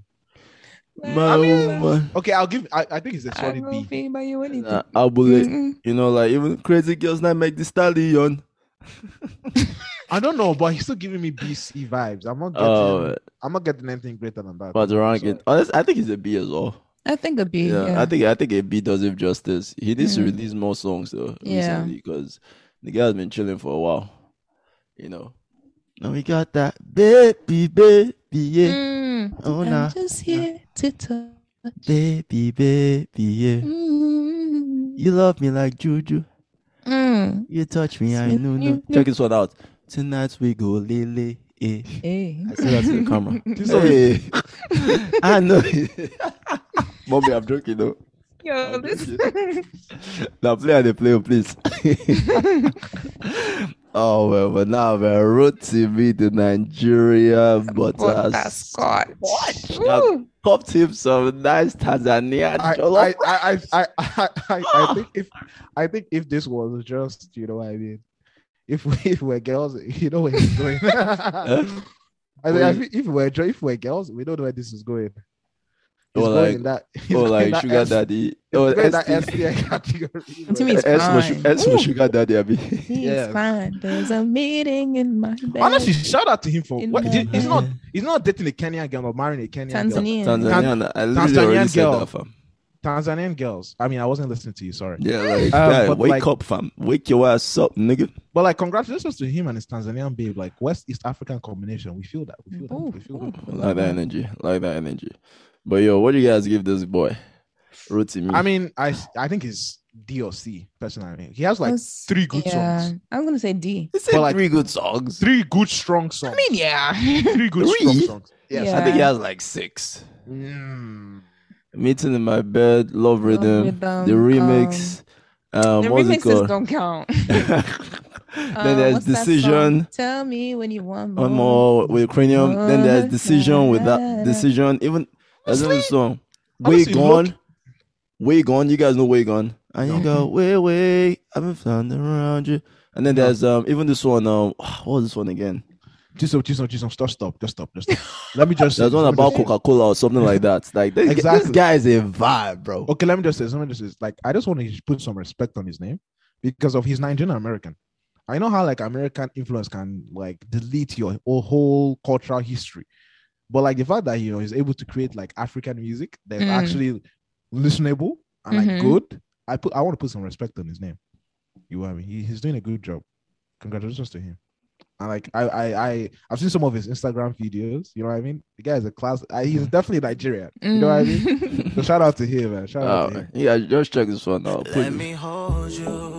my woman. Okay, I'll give. I, I think it's a I solid will B. be by you anything. Nah, I'll bullet. Mm-mm. You know, like even crazy girls not make the stallion. I don't know, but he's still giving me B C vibes. I'm not getting. Oh, I'm not getting anything greater than that. but rank it. Honest, I think he's a B as well. I think a B. Yeah, Yeah. I think I think a B does him justice. He needs to Mm. release more songs though Yeah. recently because the guy has been chilling for a while. You know. Now we got that baby, baby, yeah. Mm. Oh I'm nah, just here to talk. baby, baby, yeah. Mm. You love me like juju. Mm. You touch me, I Smith, know you- no. Check this one out. Tonight we go lily. Eh. Hey. I said that to the camera. This song is- Hey. I know. Mommy, I'm joking though. Yo, this Now play and they play, please. oh well, but now we're road TV to Nigeria, but what uh, that Scott. Now, cup him some nice Tanzania. I, jollof I, I, I, I, I, I think if I think if this was just you know what I mean, if we if we're girls, you know where it's going. I rice. think I think if we're jo- if we're girls, we don't know where this is going. It's Or going like- in that, it's oh, going like in that sugar S- daddy. it's Oh, going in that S- S tier category. What do you bro. mean? It's S for, su- fine. S for Ooh. sugar daddy. I mean. He's Yeah. fine. There's a meeting in my bed. Honestly, shout out to him for In what, my he- he's not head. he's not dating a Kenyan girl or marrying a Kenyan girl. Tanzania. Tanzanian. I literally already Tanzanian said girl. that, fam. Tanzanian girls. I mean, I wasn't listening to you. Sorry. Yeah, like, Um, guy, but wake like- up, fam. Wake your ass up, nigga. But like, congratulations to him and his Tanzanian babe. Like West East African combination. We feel that. We feel that. Ooh, we feel ooh. that. Like that energy. Like that energy. But yo, what do you guys give this boy? Roti me. I mean, I I think it's D or C personally. He has like That's- three good yeah. songs, I'm gonna say D. it's but like- three good songs. three good strong songs. I mean, yeah. three good strong Three? songs. Yes. Yeah. I think he has like six. Mm. Meeting in my bed, love rhythm, Rhythm, the remix, Um, the what's it called? remixes don't count. then Um, there's what's that song? decision. Tell me when you want more. One more with cranium. then there's Oh, decision with that yeah. decision. Even there's another song. Way Honestly, gone. look- Way gone. You guys know way gone. And you go way way. I've been floundering around you. And then there's um even this one. Um, what was this one again? Jason, Jason, Jason, stop, stop, just stop, just stop. Let me just. There's one let me about just- Coca Cola or something like that. Like this, this Exactly. guy is a vibe, bro. Okay, let me just say, let me just say, like, I just want to put some respect on his name because of he's Nigerian American. I know how like American influence can like delete your o- whole cultural history, but like the fact that you know he's able to create like African music that's Mm. actually listenable and like Mhm. good. I put I want to put some respect on his name. You know what I mean? He, he's doing a good job. Congratulations to him. And like I I I I've seen some of his Instagram videos. You know what I mean? The guy is a class. I, he's Mm. definitely Nigerian. You know what I mean? So shout out to him, man. Shout out Oh, to him. yeah, just check this one out. Put Let me hold you.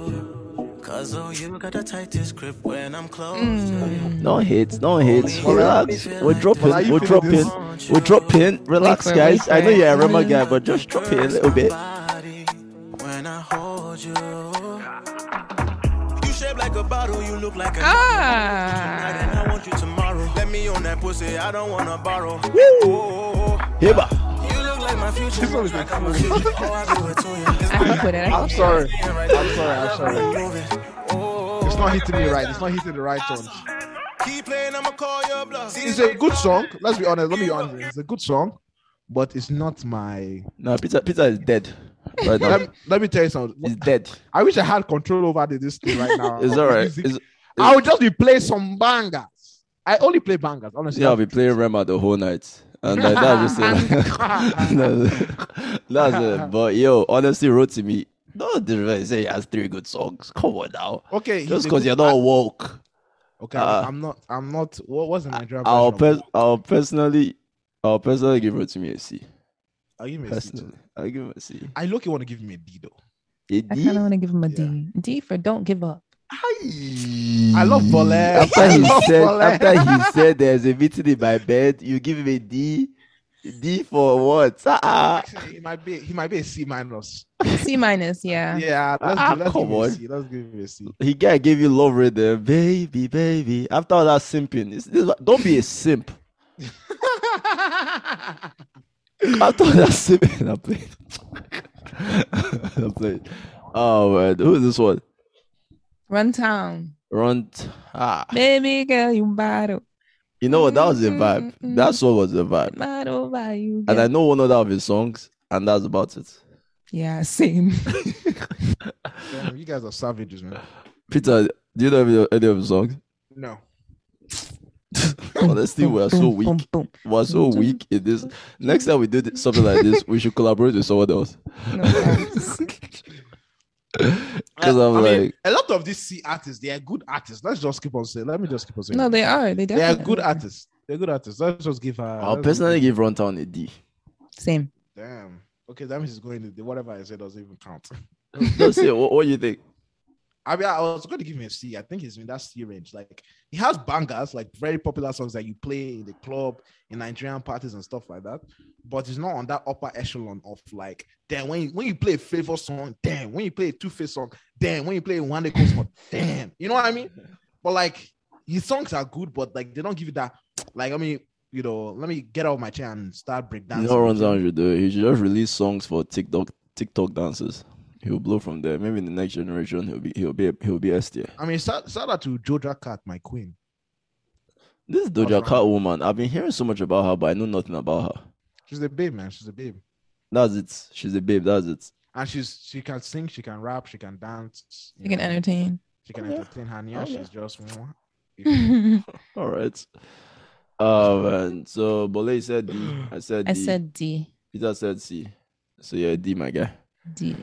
Cause oh, you got the tightest grip when I'm close Mm. to you. No hits, no hits. Well, Relax. I- We're dropping. Well, are you We're feeling dropping. this? We're dropping. Relax, Wait for it, guys. wait I for know it. you're a Rema guy, but just drop it a little bit. Body when I hold you. You shape like a bottle, you look like a tonight Ah. and I want you tomorrow. Let me on that pussy, I don't wanna borrow. Oh, oh, Heba. oh. You look like my future. Look like I'm a future. Oh, I do it to you. I put it out. sorry. I'm sorry, I'm sorry. Oh, It's not hitting me right. It's not hitting the right tone. Keep playing, I'ma call your bluff. It's a good song. Let's be honest. Let me be honest. It's a good song, but it's not my. No, Peter. Peter is dead. Right now, Let, let me tell you he's something. dead. I wish I had control over the- this thing right now. It's all right. It's, I would just be playing some bangers. I only play bangers, honestly. yeah, I'll be playing Rema the whole night. And like, that's just it. that's, that's it. But yo, honestly, wrote to me. No, the say he has three good songs. Come on now. okay. he's Just a because good- you're not woke. Okay, uh, I'm not. I'm not. What was the Nigerian I'll, version pers- of- I'll personally, I'll personally give it to me a C. Are you missing? Personally, I'll give it a C. I look. You want to give me a D though. A I D? kind of want to give him a Yeah. D. D for don't give up. I love Bole. After I he love said, Bole. after he said, there's a meeting in my bed. You give him a D. D for what? Ah, Actually, he might be. He might be a C minus. C minus, yeah. Yeah, let's, Ah, give, let's, give come it on. a C. let's give it a C. he guy gave you love right there, baby, baby. After all that simping, it's- it's like- don't be a simp. After all that simping, I played. I played. Oh man, who is this one? Run town. Run. Ah, Baby girl, you battle. you know what? That was a Mm-hmm, vibe. That song was a vibe. Battle by you. And girl. I know one other of his songs, and that's about it. yeah, same. Damn, you guys are savages, man. Peter, do you know any- any of his songs? No. Honestly, we are so Boom, boom, weak. boom. We're so weak in this. Next time we do th- something like this, we should collaborate with someone else. No worries. Because I'm Uh, I mean, like, a lot of these C artists, they are good artists. Let's just keep on saying. Let me just keep on saying. no, they are. They they are definitely good artists. They're good artists. Let's just give her. I'll let's personally give- give Runtown a D. Same. Damn. Okay, that means it's going to whatever I said doesn't even count. Let's see, what, what do you think? I mean, I was going to give him a C. I think he's in that C range. Like he has bangers, like very popular songs that you play in the club, in Nigerian parties and stuff like that. But he's not on that upper echelon of like, damn, when you, when you play a flavor song, damn, when you play a Two Face song, damn, when you play a One Day song, damn. You know what I mean? But like his songs are good, but like they don't give you that. Like I mean, you know, let me get out of my chair and start You breakdancing. know what Runtown should do? He should just release songs for TikTok TikTok dancers. He'll blow from there. Maybe in the next generation, he'll be he'll be he'll be S tier. I mean, shout, shout out to Joja Cat, my queen. This is Doja What's Cat woman. I've been hearing so much about her, but I know nothing about her. She's a babe, man. She's a babe. That's it. She's a babe. That's it. and she's she can sing, she can rap, she can dance, You can know, entertain. she can Oh, yeah. entertain her. Yeah, Oh, yeah. she's just mwah. I All right. Um, and so Bole said D. I said D. said D. Peter said C. So yeah, D, my guy. D.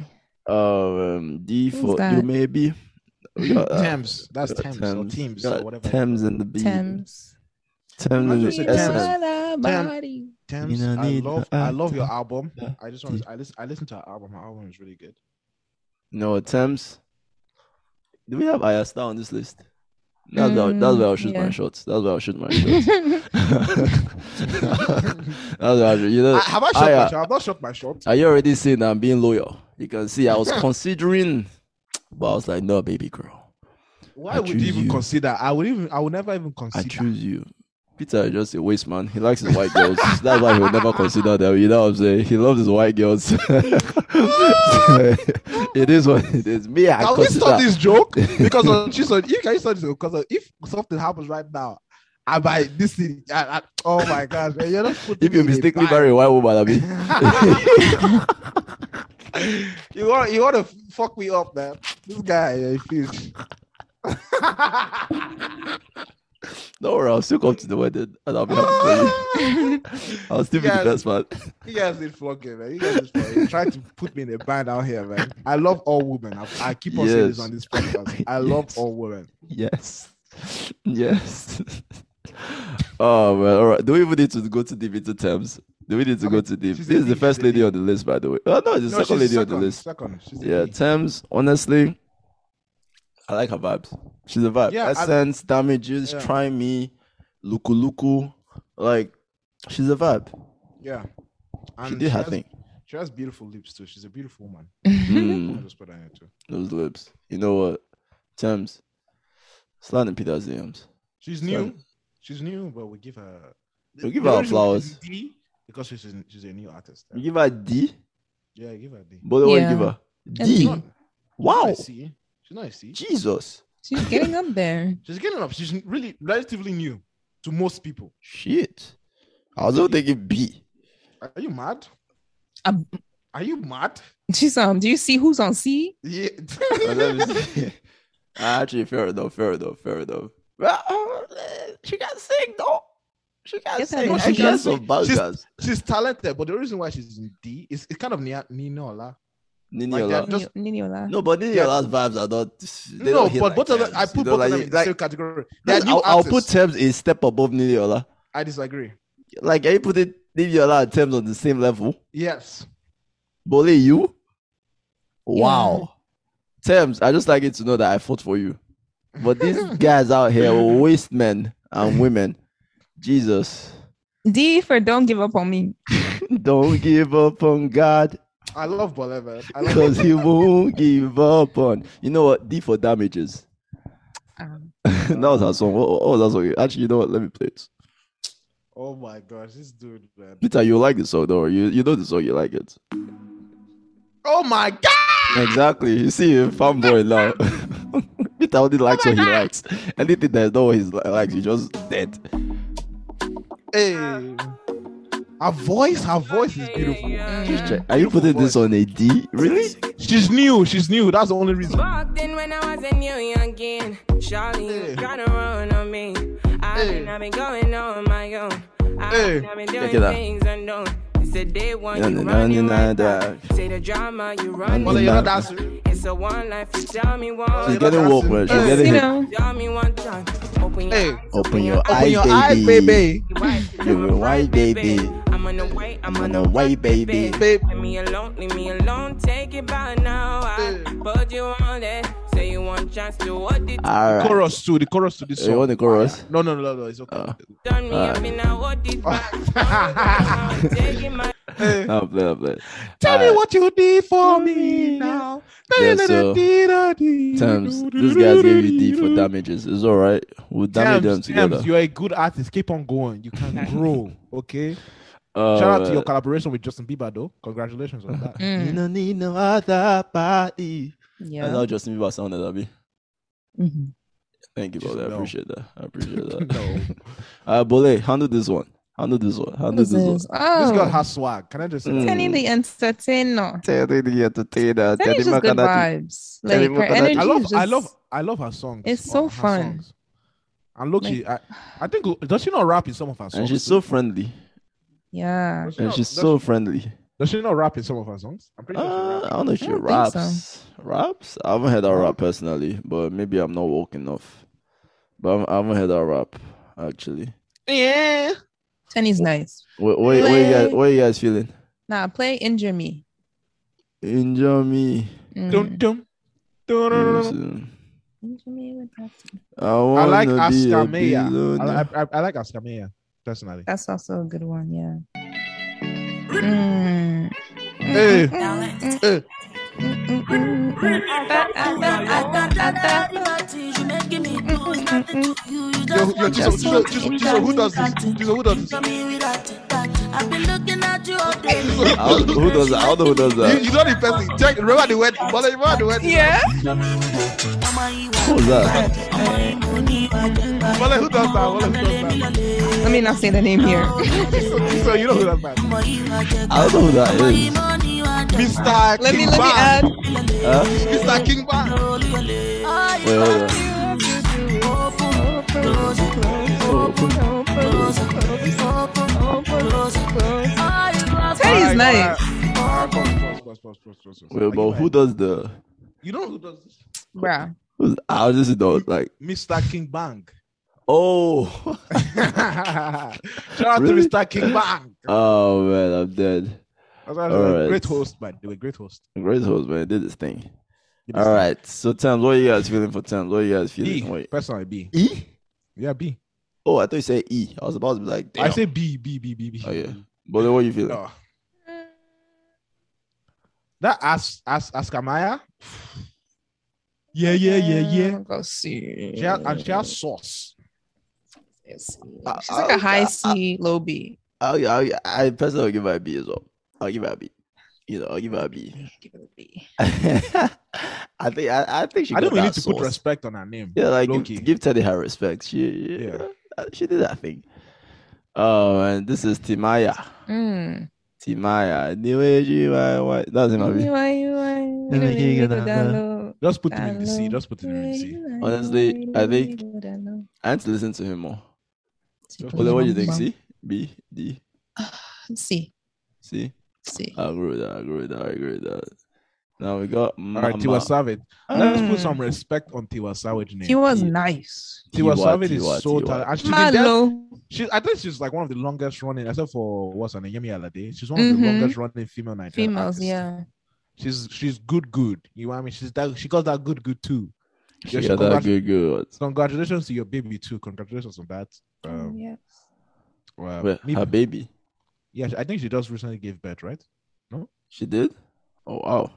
Um, D Who's for you that? maybe. We got, uh, Thames. That's we got Thames or We Teams got or whatever. Thames and the B. Thames. Thames I and just the said S. Thames. and- Body. Thames. You don't I need love no I love your actor. album. Yeah. I just want to, I listen I listen to her album. Her album is really good. No Thames. Do we have Ayasta on this list? That's where, that's where I'll shoot my yeah. shots. That's where I'll shoot my shots. that's where I'll shoot. You know, I, have I shot Aya, my shot? I've not shot my shot. Are you already seeing I'm being loyal? You can see I was considering But I was like, no, baby girl, Why I would choose you even you. consider? I would even. I would never even I consider. choose you. Peter is just a waste man. He likes his white girls. That's why he will never consider them. You know what I'm saying? He loves his white girls. it is what it is. Me, I can we consider. stop this joke? Because of Jesus, you can stop this joke? because of- if something happens right now, I buy this thing. I, I, oh my God, man, you're not putting If you me in a mistakenly bind. marry a white woman, I mean, you want you want to fuck me up, man. This guy, yeah, he's don't worry, I'll still come to the wedding and I'll be happy for you. I'll still be Yes. the best man. you guys did fucking man. You guys did fucking. You're trying to put me in a bind out here, man. I love all women. I, I keep on saying this Yes. on this podcast. I love Yes. all women. Yes. Yes. oh man, all right. Do we even need to go to deep into terms? Do we need to go to deep? she's This the is the lead, first she's the lady lead. on the list, by the way. Oh no, the No, second she's lady on the list. Second. She's the Yeah, lead. Thames, honestly, I like her vibes. She's a vibe. Yeah, I- Essence, damages, yeah. try me, luku luku. Like, she's a vibe. Yeah. And She did her has- thing. She has beautiful lips too. She's a beautiful woman. I'll Mm, just put that in there, too. those lips. You know what? Thames, slide in Peter's DMs. She's new. Sorry. She's new, but we give her. We give the her only reason we give flowers. her D because she's a, she's a new artist. You give her a D. Yeah, give her D. But what Yeah. you give her? A D. D. She's not- Wow. She's not a C. She's not a C. Jesus. She's getting up there. She's getting up. She's really relatively new to most people. Shit. I was even thinking B. Are you mad? Um, Are you mad? she's um. Do you see who's on C? Yeah. But let me see. Ah, Actually, fair enough, fair enough, fair enough. Well, uh, She can sing though. She can Yes, I sing. know. She She can can some She's- bangers. she's talented, but the reason why she's in D is it's kind of Nia- Nino Ola. Nini like Ola. that. Just- Niniola. No, but Nini Yeah. Ola's vibes are not. They No, don't hit but like both of them, Thames, I you put know, both like, of them in the like, same category. They are listen, new I'll, I'll put artists. Thames a step above Nini Ola. I disagree. Like, are you putting Nini Ola and Thames on the same level? Yes. Bole, you? Wow. Thames, I just like it to know that I fought for you. But these guys out here, waste men and women. Jesus. D for don't give up on me. Don't give up on God I love Bolever. I love because He won't give up on. You know what? D for damages. Um, that was our song. What, what was that song? Actually, you know what? Let me play it. Oh my gosh, this dude, man. Peter, you like the song, don't worry. You, you know the song, you like it. Oh my god! Exactly. You see, you fanboy now. Peter only likes Oh what he likes. Anything that's not what he likes, he's just dead. Hey. Her voice, her voice is beautiful. Mm. Just check. Are you putting this on a D? Really? She's new, she's new. That's the only reason. Walked in when I was a new youngin. Charlie, Hey. you got to run on me. I've been, Hey. I've been going on my own. I've Hey. been, I've been Check doing it out. things unknown. It's a day one, Yeah, you no, run no, in no, my no, back. no. Say the drama, you run no, Well, it. you're not Nah. dancing. It's a one life, you tell me She's one. get- getting woke, man. She's Hey. getting you hit. know, Tell me one time. Open your Hey. eyes. Open your eyes, Open your eye, baby. You white, 'cause You I'm a a white white baby. baby. I'm on the way, I'm on on the the way, way, baby. baby. Babe. Leave me alone, leave me alone, take it by now. I Babe. put you on it, say you want chance to what it All right. Chorus too, the chorus to this You want song. the chorus? No, no, no, no, it's okay. Uh. done me Alright. up and I what Ah. it back. Uh. I'm taking my Hey. I'll play, I'll play. Tell me Alright. what you did for me now. Uh. Yeah, so, Thames, these guys gave you D for damages. It's all right. We'll damage them Thames, together. Thames, you're a good artist. Keep on going. You can grow. Okay. Uh, Shout out to your collaboration with Justin Bieber, though. Congratulations on that. You mm, don't need no other body. That's yeah. how Justin Bieber sounded, Abby. Mhm. Thank you, Just brother. I no. appreciate that. I appreciate that. no. Uh, Bole, handle this one. Handle this one. Handle What is this one. this? Oh, This girl has swag. Can I just say Mm. that? Tenny the entertainer. Tell the entertainer. Tenny is just good vibes. Tell Like him her Makanati. energy I is love, just, I love, I love her songs. It's so her fun. songs. And Loki, I, I think does she not rap in some of her songs? And she's so friendly. Yeah. Does she And not- she's does so she- friendly. Does she not rap in some of her songs? I'm pretty sure Uh, she raps. I don't know if I she don't think so. raps. Raps? I haven't heard her rap personally, but maybe I'm not woke enough. But I'm- I haven't heard her rap, actually. Yeah. Tenny's nice. What, what, what, you, guys, what you guys feeling? Nah, play Injure Me. Enjoy me. Mm. Dum, dum, dum, dum, dum, dum. Listen. Injure me with that. I, I like wanna be a Askameya. billionaire. I, I, I, I like Askameya personally. That's also a good one, yeah. Mm. Hey, Now let's hey, Yo, yo, Jesus, Jesus, Jesus, Jesus, who does this? Jesus, who does this? I've been looking at you all day. How- who does that? I don't know who does You, that. you know the person. Check. Remember the wedding. Remember the wedding. Yeah. What was that? Remember who does that? Remember who does that? Let me not say the name here. Oh. So you know who that man. is. I don't know who that is. Mr. Let me King let me Bang. add. Huh? Mr. King Bang. Wait, hold on. Teddy is nice. Pause, pause, pause, pause, pause, pause. Wait, but who does the? You know who does this? Bruh. who's- I just know like Mr. King Bang. oh Shout out Really? to Mr. King Bang. oh man I'm dead. That's why I All said, right. Great host, man. They were great host. Great host man did this thing. Did this All right, so Tams, what are you guys feeling for Tams? What are you guys thing. feeling? B. Wait, Personally, B. E? Yeah, B. Oh, I thought you said E. I was about to be like, I damn. say B, B, B, B, B. oh yeah. But then what you feeling? Oh. That as as Askamaya. Yeah, yeah, yeah, yeah. uh, Go see. She has, and she has sauce. Yes. I- She's like a I- high I- C, low B. I'll, I'll, I personally will give her a B as well. I'll give her a B. You know, I'll give her a B. Give it a B. I think I, I think she. I got think we that need to put sauce. respect on her name. Yeah, like Low-key. give, give Teddy her respect. She, yeah, Yeah. she did that thing. Oh, and this is Timaya. Mm. Timaya, new age, my wife. That's in my You view. are, you are, you Let me are, give you you the go down low. Just put him in the sea. Down low. Just put him in the sea. You are, you are, Honestly, you I are, think- you go down low. I need to listen to him more. Just Well, then what do you think? Bum, C, B, D, bum. C. C. C. Uh, I agree with that. I agree with that. I agree with that. Now we got All right, Mama. Tiwa Savage. Ah. Let's Mm. put some respect on Tiwa Savage name. He was nice. Tiwa Savage is Tiwa, so Tiwa. talented. And she's been there Malo. She, I think she's like one of the longest running, except for what's her name, Yemi Alade. She's one of Mhm. the longest running female Nigerian Females, artists. yeah. She's she's good, good. You know what I mean? She's that she got that good, good too. She Yes, got that congrat- good, good. Congratulations to your baby too. Congratulations on that. Oh, Um, yeah. well, Wait, maybe- her baby. yeah, I think she just recently gave birth, right? She did? Oh, wow.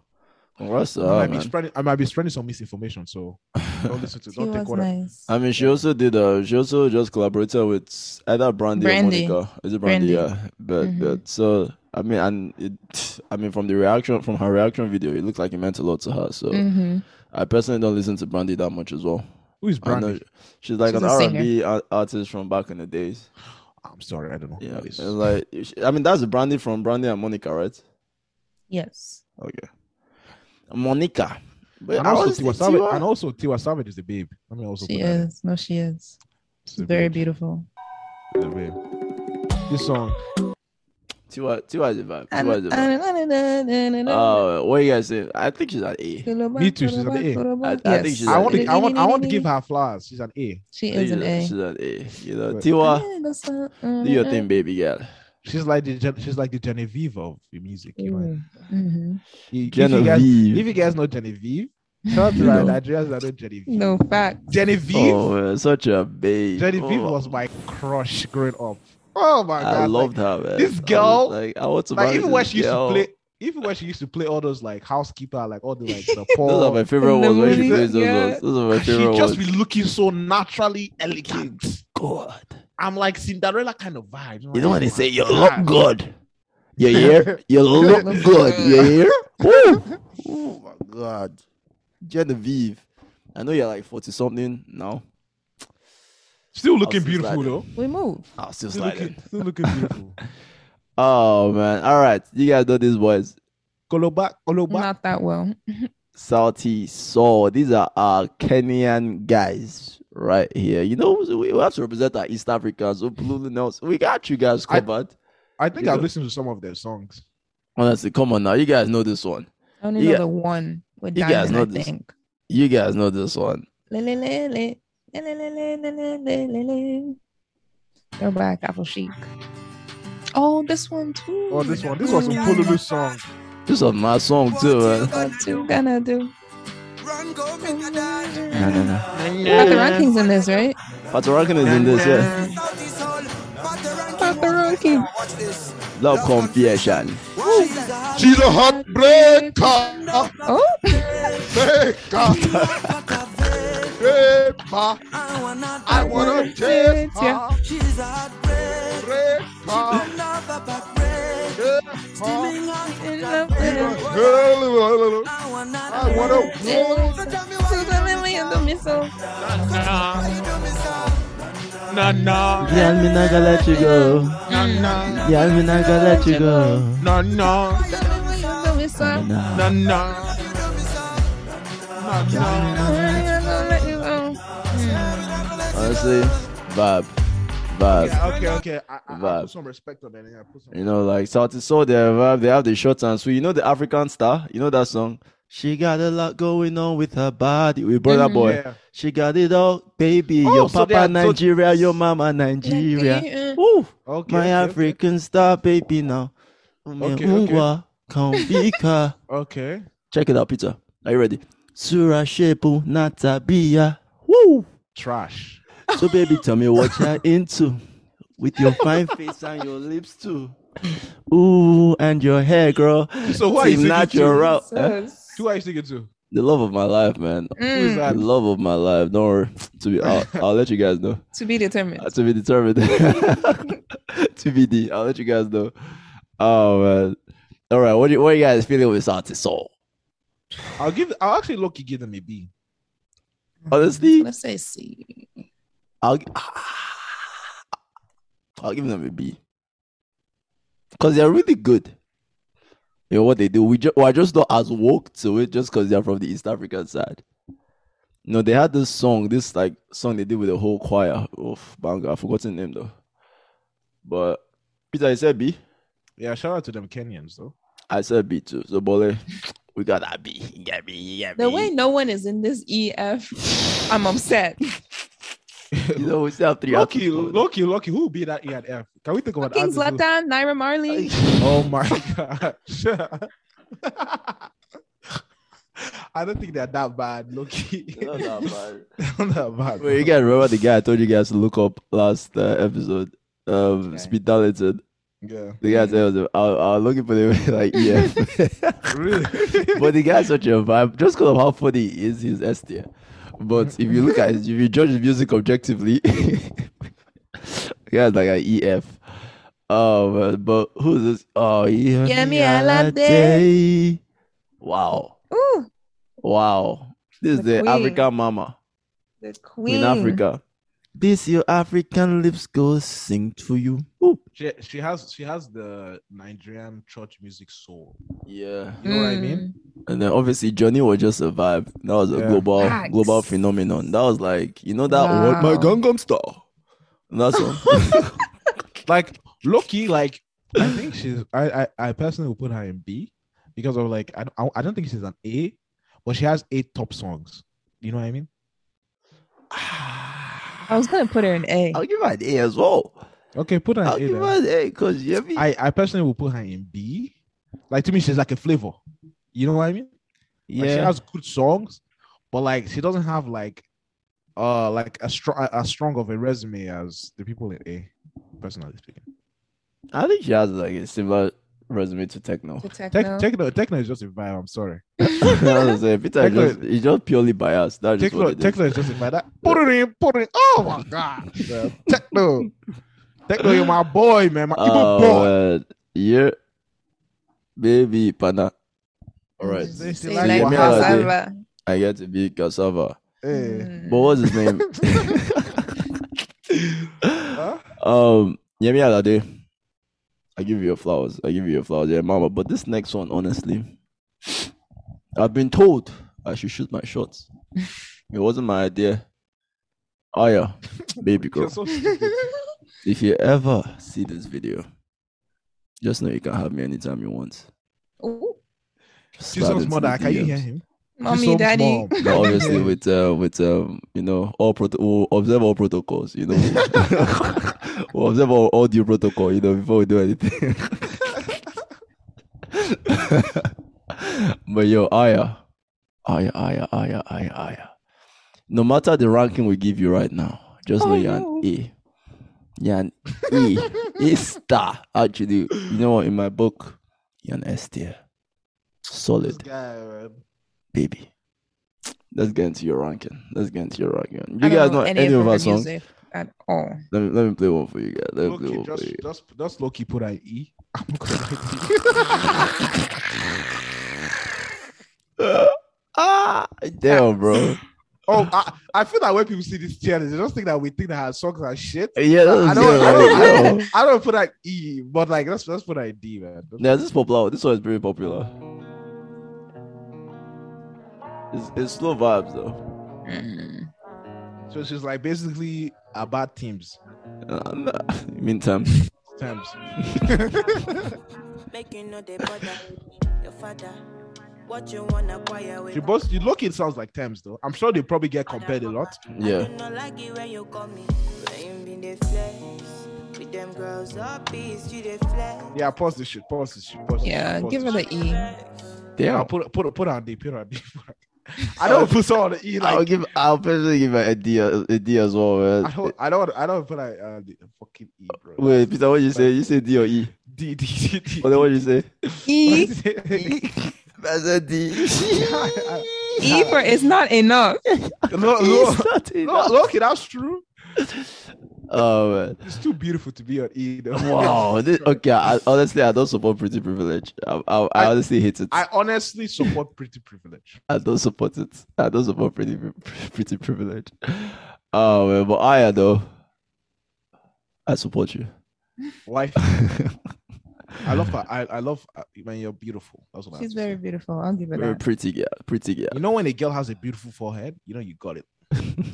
Congrats to I her, might be man. spreading, I might be spreading some misinformation, so don't listen to, He don't take was what. I- nice. I mean, she also did. Uh, she also just collaborated with either Brandy, Brandy. or Monica. Is it Brandy? Brandy. Yeah, but Mhm. but so I mean, and it, I mean, from the reaction from her reaction video, it looked like it meant a lot to her. So Mhm. I personally don't listen to Brandy that much as well. Who is I know Brandy? she's like She's an a R singer. and B artist from back in the days. I'm sorry, I don't know. who Yeah, that is. and like she- I mean, that's Brandy from Brandy and Monica, right? Yes. Okay, Monica. But and, I also Tiwa was Savage, and also Tiwa Savage is the babe. Let me also She put that in. is. No, she is. She's The very babe. beautiful. The babe. This song. Tiwa, Tiwa is a vibe. And- Tiwa is a vibe. and- and- and- and- and- Uh, what you guys saying? I think she's at A. Koloba, Oh, Me too, she's an Koloba, A. Koloba. I- I think Uh, Yes. she's I an want, to, A. I want, I want to give her flowers. She's an A. She She's is an a- A. She's an A. You know, But- Tiwa, do your thing, e baby girl. She's like the Gen- she's like the Genevieve of the music. You know? Mm-hmm. You- if, you guys, if Genevieve. you guys know Genevieve, shout out You to our know. Nigerians that know Genevieve. No fact. Genevieve, Oh, man, such a babe. Genevieve Oh, was my crush growing up. Oh my god! I like- loved her, man. this I was girl- like, I want to Like, marry even when this she used girl. to play, even when she used to play all those like housekeeper, like all the like the Those are my poor. favorite In the ones. When she movie, plays those yeah. ones, those are my Oh, she favorite just be ones. looking so naturally elegant. God, I'm like Cinderella kind of vibe. you know when they what say you look good, you hear? You look good, you hear? Ooh. Oh my God, Genevieve. I know you're like forty something now. Still looking I'll see beautiful that. though. We move. I was still Still sliding. looking, still looking beautiful. Oh man! All right, you guys know these boys, Koloba, Koloba. Not that well. Salty Soul. These are our Kenyan guys right here. You know, we we have to represent our East Africans. Absolutely not. We got you guys I- covered. I think You I've know. listened to some of their songs. Honestly, come on now. You guys know this one. I only You know got- the one with you guys diamond, know I this. think. You guys know this one. Le, le, le, le. Le, le, le, le, le, le, le, le. Go back, Apple Chic. Oh, this one too. Oh, this one. This was a Mm. Polulu song. This was my song too, man. What you gonna do? Run, go, make a dad. Nah, nah, nah. Got the rankings in this, right? Pato Rankin is in this, yeah. South is all. Pat the ranking. Got the ranking. Watch this. Love Confusion. She's a hot. She's a hot Breaker. Oh, Breaker. Breaker. I wanna I wanna dance. Yeah. She's a heartbreak. Breaker. Never back break. Breaker. Stealing on in the love with him. I I wanna wanna roll. Susan Lily and the missile. Nah, nah, Yeah, I'm not gonna let you go. Nah, nah, Yeah, I'm not gonna let you go. nah, nah, Susan Lily and the missile. Nah. nah, nah, nah, nah. Honestly, vibe, vibe. Yeah, okay, okay. I, I, I Vibe. put some respect on it. yeah, I put some You know, like Salty Soul, they have vibe. They have the short and sweet. You know the African star. You know that song. She got a lot going on with her body. We brought that boy. Mm-hmm. Yeah. She got it all, baby. Oh, your so they papa are- so- Nigeria, your mama Nigeria. Ooh, Okay, my okay, African star, baby. Now, Okay, okay. Ngwa, Kambika. Okay. Check it out, Peter. Are you ready? Sura Shepu Natabia. Woo! Trash. So, baby, tell me what you're into with your fine face and your lips, too. Ooh, and your hair, girl. So who are you Team singing natural. Eh? Who are you singing to? The love of my life, man. Who Hmm. Mm. is The that? love of my life. Don't worry. To be, I'll, I'll let you guys know. To be determined. Uh, to be determined. TBD. I'll let you guys know. Oh man. All right. What do you, what are you guys feeling with Salty Soul? I'll give. I'll actually lucky give them a B. Honestly, Let's say C. I'll I'll give them a B. Cause they're really good. You know what they do. We just we're just not as woke to it just because they're from the East African side. No, they had this song, this like song they did with the whole choir of Banga. I've forgotten the name though. But Peter, you said B? Yeah, shout out to them Kenyans though. I said B too. So Bole, we got that B. You get me, you get me. The way no one is in this EF, I'm upset. you know, we still have three Lucky, outcomes. lucky, lucky. Who will be that E and F? Can we think about Kings artists Latan, Naira Marley. who- Oh my god. I don't think they're that bad, Loki. No, no, man. that bad. Wait, you guys remember the guy I told you guys to look up last uh, episode? Um, Okay. Speed Darlington. Yeah. The guy said, I was, I, I was looking for the like, yeah. Really? but the guy's such a vibe, just because of how funny he is, he's S tier. But if you look at it, if you judge his music objectively, the guy's like an EF. Oh, man, but who's this? Oh, yeah. Yemi Alade. Wow. Ooh, Wow. This is The the queen. African mama the queen. in Africa. This your African lips go sing to you. Ooh. she, she has she has the Nigerian church music soul. Yeah. You know what I mean? And then obviously Johnny was just a vibe. That was a Yeah. global Facts. global phenomenon. That was like, you know that Wow. what my Gangnam style. And That's all. Like Loki, like I think she's I I, I personally would put her in B because of like I don't I don't think she's an A, but she has eight top songs. You know what I mean? I was gonna put her in A. I'll give her an A as well. Okay, put her I'll in give A. her then. an A because you hear me? I I personally would put her in B. Like to me, she's like a flavor. You know what I mean? Like, she has good songs, but like she doesn't have like uh like a strong as strong of a resume as the people in A, personally speaking. I think she has like a similar resume to techno. To Tech, techno. Techno, techno is just a vibe. I'm sorry. That's what I'm saying. Peter is Techno- just, he's just purely biased. That's just Techno, what it is. techno is just a vibe. That, put it in, put it in. Oh my god, bro. techno, techno, you're my boy, man, my Igbo Oh, boy. uh, yeah, baby, pana. All right, Say she Say like like Yemi Wahala. Alade. cassava. I get to be cassava. Eh. But what's his name? Mm. Huh? um, Yemi Alade. I give you your flowers. I give you your flowers, yeah, mama. But this next one, honestly, I've been told I should shoot my shots. It wasn't my idea. Oh yeah, baby You're girl. so stupid. Mm. If you ever see this video, just know you can have me anytime you want. Ooh, Just slide Jesus, into mother, the can you DMs. hear him? mommy, Jesus, daddy. mom. But obviously, with uh, with um, you know, all proto- we'll observe all protocols. You know, we'll observe all audio protocol. You know, before we do anything. but yo, Aya, Aya, Aya, Aya, Aya, Aya. No matter the ranking we give you right now, just know Oh, you're no. an A. You're an E. A star. Actually, you know what? In my book, you're an S tier. This Solid, guy, man. baby. Let's get into your ranking. Let's get into your ranking. I You don't guys know know any of our her songs? music at all. Let me let me play one for you guys. Let me play Loki, one just, for you. just, just Loki put an E. I'm gonna like it. Ah, damn, bro. oh, I, I feel that when people see this challenge, they just think that we think that our songs are shit. Yeah, that was I don't, I don't, I yeah, don't, I don't put an E, but like let's let's put an D, man. Yeah, this is popular. This one is very popular. It's, it's slow vibes though. Mm. So she's like basically about teams. Uh, nah. Meantime, Times. Make you know they bother your father. What you wanna acquire with? She both you look it sounds like Thames though. I'm sure they probably get compared a lot. I yeah, do not like it when you call me. When you be the flex. With them girls up, is you the flex. Yeah, pause this shit. Pause this shit. Pause this Yeah, shit, pause give her this the shit. E. Yeah, damn. put put put her on D. Put her on D. put her on D. I don't put someone on the E I'll like give. I'll personally give an idea. Idea as well, man. I don't I don't I don't put like uh, the fucking E, bro. Wait, Peter, what you say? You say D or E? D D D D. What what you say? E E. I said D. E for it's not enough. No, no, It's not no, enough. look, that's true. Oh man. It's too beautiful to be on E though. Wow. This, okay. I, honestly, I don't support pretty privilege. I, I, I I- honestly hate it. I I, honestly support pretty privilege. don't support it. I don't support pretty pri- pretty privilege. Oh man, but I though, I support you. Life, I love her. I, I love uh, when you're beautiful. That's what I She's have to say. very beautiful. I'll give her You're a that. pretty girl. Pretty girl. You know when a girl has a beautiful forehead, you know you got it.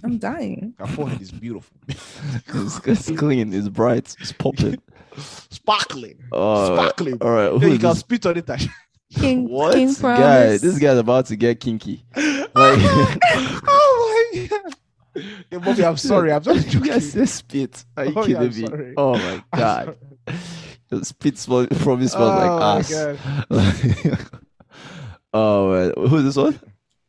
I'm dying. Her forehead is beautiful, It's, it's clean. It's bright. It's popping. sparkling, Oh, man. sparkling. all right. Then Who you is can this? spit on it. and- King, What King guy? Promise. This guy's about to get kinky. Like, oh my god! Hey, mommy, I'm sorry. I'm just you joking. guys say spit. Are you Oh, yeah, kidding I'm me? sorry. Oh my I'm god. The spit smell, probably smells Oh like my ass. God. oh man, who's this one?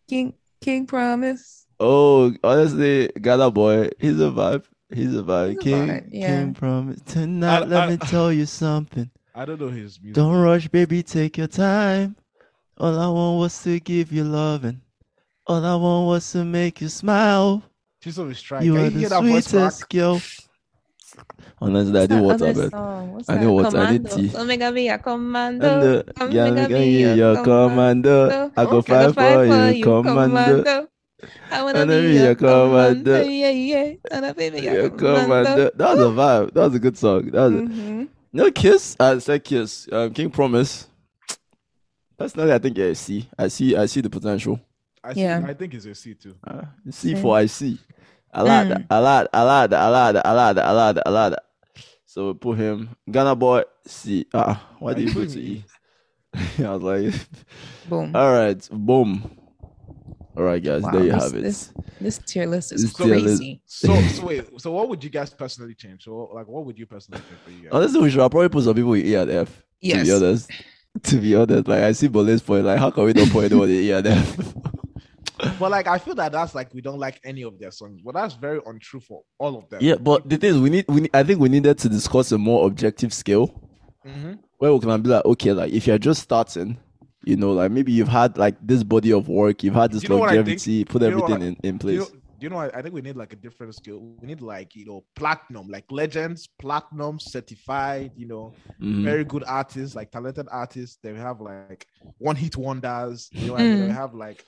King, King Promise. Oh, honestly, Ghana boy, he's a vibe. He's a vibe. He's a King, vibe, yeah. King promise tonight. I- let I- me tell you something. I don't know his music. Don't rush, baby. Take your time. All I want was to give you loving. All I want was to make you smile. She's on a strike. you Can are you hear the that voice crack? sweetest girl. Honestly, I did What's that water, other man. song? What's I did that? water. I did Commando. tea. Omega be a commando. Under, Omega yeah, we be can a hear uh, your commando. commando. I go I go fight for you, commando. I I wanna wanna be be your your commando. commando. Yeah, yeah. I wanna be Your your commando. commando. That was a vibe. That was a good song. That was a- Mhm. no kiss. I said kiss. Um, King promise. Personally, I think yeah, I see. I see. I see the potential. I, see- Yeah. I think it's a C too. Uh, C Same. for I see. I like that. I like. I like that. I like that. I like that. I like that. I like that. So we put him. Ghana boy. C. Ah, why Are do you you put putting E? I was like, Boom. all right, boom. All right, guys, Wow, there you this- have it. this- This tier list is This tier list- crazy. So, so wait. So what would you guys personally change? So like, what would you personally change for you guys? Honestly, we should have probably put some people with E and F. To Yes. be honest. To be honest, like I see Bole's point, like how can we not put anyone in E and F? But like, I feel that that's like we don't like any of their songs. But that's very untrue for all of them. yeah, but the thing is we need we need, I think we needed to discuss a more objective scale Mhm. where we can be like, okay, like if you're just starting, you know, like maybe you've had like this body of work, you've had this You know what I think? longevity, put You know what everything I- in, in Do place. you know, do you know I, I think we need like a different skill. We need like you know platinum, like legends, platinum certified. You know, Mhm. very good artists, like talented artists. Then we have like one hit wonders. You know, what I mean? Mm. we have like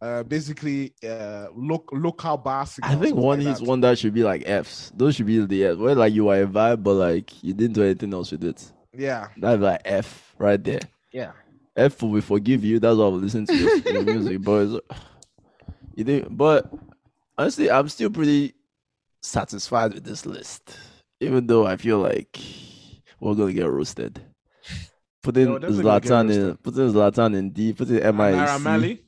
uh basically uh loc- local bar. I singers, think stuff one like his that. one that should be like F's. Those should be the F. Where like you are a vibe, but like you didn't do anything else with it. Yeah, That's like F right there. yeah. F will forgive you. That's why we listen to your, your music, but it's- you think, but honestly, I'm still pretty satisfied with this list, even though I feel like we're gonna get roasted. Putting No, definitely gonna get Zlatan in, roasted. Ah, putting Zlatan in D, putting MI in Naira C, Marley.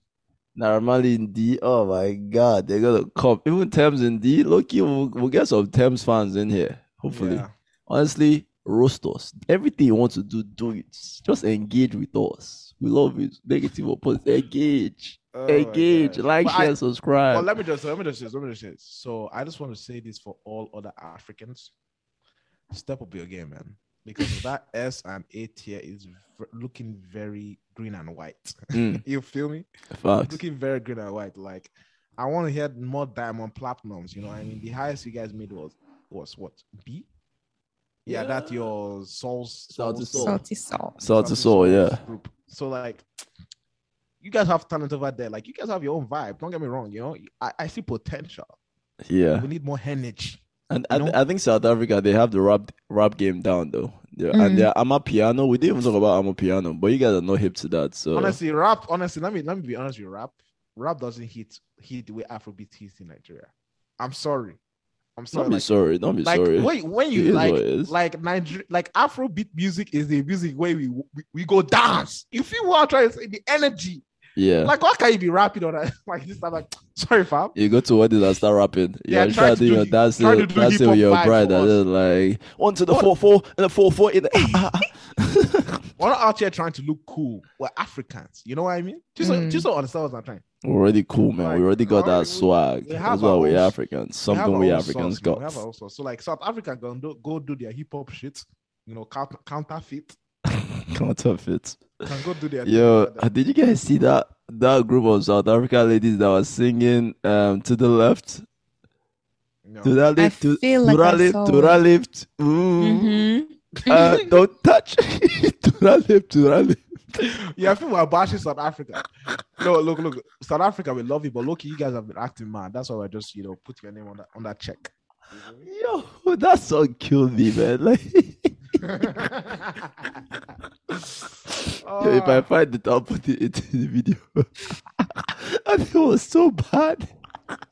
Naramali in D. Oh my God, they're gonna come. Even Thames in D. Look, we'll, we'll get some Thames fans in here, hopefully Yeah. honestly, roast us. Everything you want to do, do it. Just engage with us. We love it. Negative or positive. Engage. Oh my engage. gosh. Like, But I- share, subscribe. Well, let me just let me just say this, let me just say this. So I just want to say this for all other Africans. Step up your game, man. because that S and A tier is v- looking very green and white. Mm. you feel me? Facts. Looking very green and white. Like I want to hear more diamond platinums. You know, what I mean, the highest you guys made was was what B? Yeah, that your souls Salty Soul. Salty salt. Salt to soul, yeah. Group. So like, you guys have talent over there. Like you guys have your own vibe. Don't get me wrong. You know, I, I see potential. Yeah. We need more energy. And You I, know? I think South Africa they have the rap rap game down though. They're, Mm. And their Ama piano, we didn't even talk about Ama piano, but you guys are not hip to that. So honestly, rap. Honestly, let me let me be honest with you. Rap, rap doesn't hit hit the way Afrobeat hits in Nigeria. I'm sorry. I'm don't sorry. be like, sorry, don't be like, sorry. when, when It you is like what it is. like Niger like Afrobeat music is the music where we we, we go dance. You feel what I'm trying to say? The energy. yeah, Like why can't you be rapping on that? Like this? I'm like sorry, fam. you go to weddings and start rapping. Yeah, Yeah, you try try to to do do your the- dancing, try to do dancing hip-hop with your vibe bride, for and us. then like one to the What? four four and the four four in the ah, ah, ah. We're not out here trying to look cool. We're Africans. You know what I mean? Just Mm. just don't understand what I'm trying. We're already cool, man. Like, we already got alright, that we- swag. we have That's why our we own- Africans. Something we have our own Africans sauce, man. We got. have our own sauce. So like South Africa gonna do, go do their hip hop shit, you know, count, counterfeit. Counterfeit. Can go do their thing Yo, over uh, there. did you guys see that that group of South African ladies that was singing um to the left? No. To that I left, to, feel to like that I left, saw to that one. left. Ooh. Mm-hmm. Uh, don't touch. to that left, to that left. Yeah, I think we're bashing South Africa. No, look, look, South Africa, we love you, but look, you guys have been acting mad. That's why we're just, you know, putting your name on that on that check. Yo, that song killed me, man. Like, if I Ah. find it, I'll put it into the video. and it was so bad.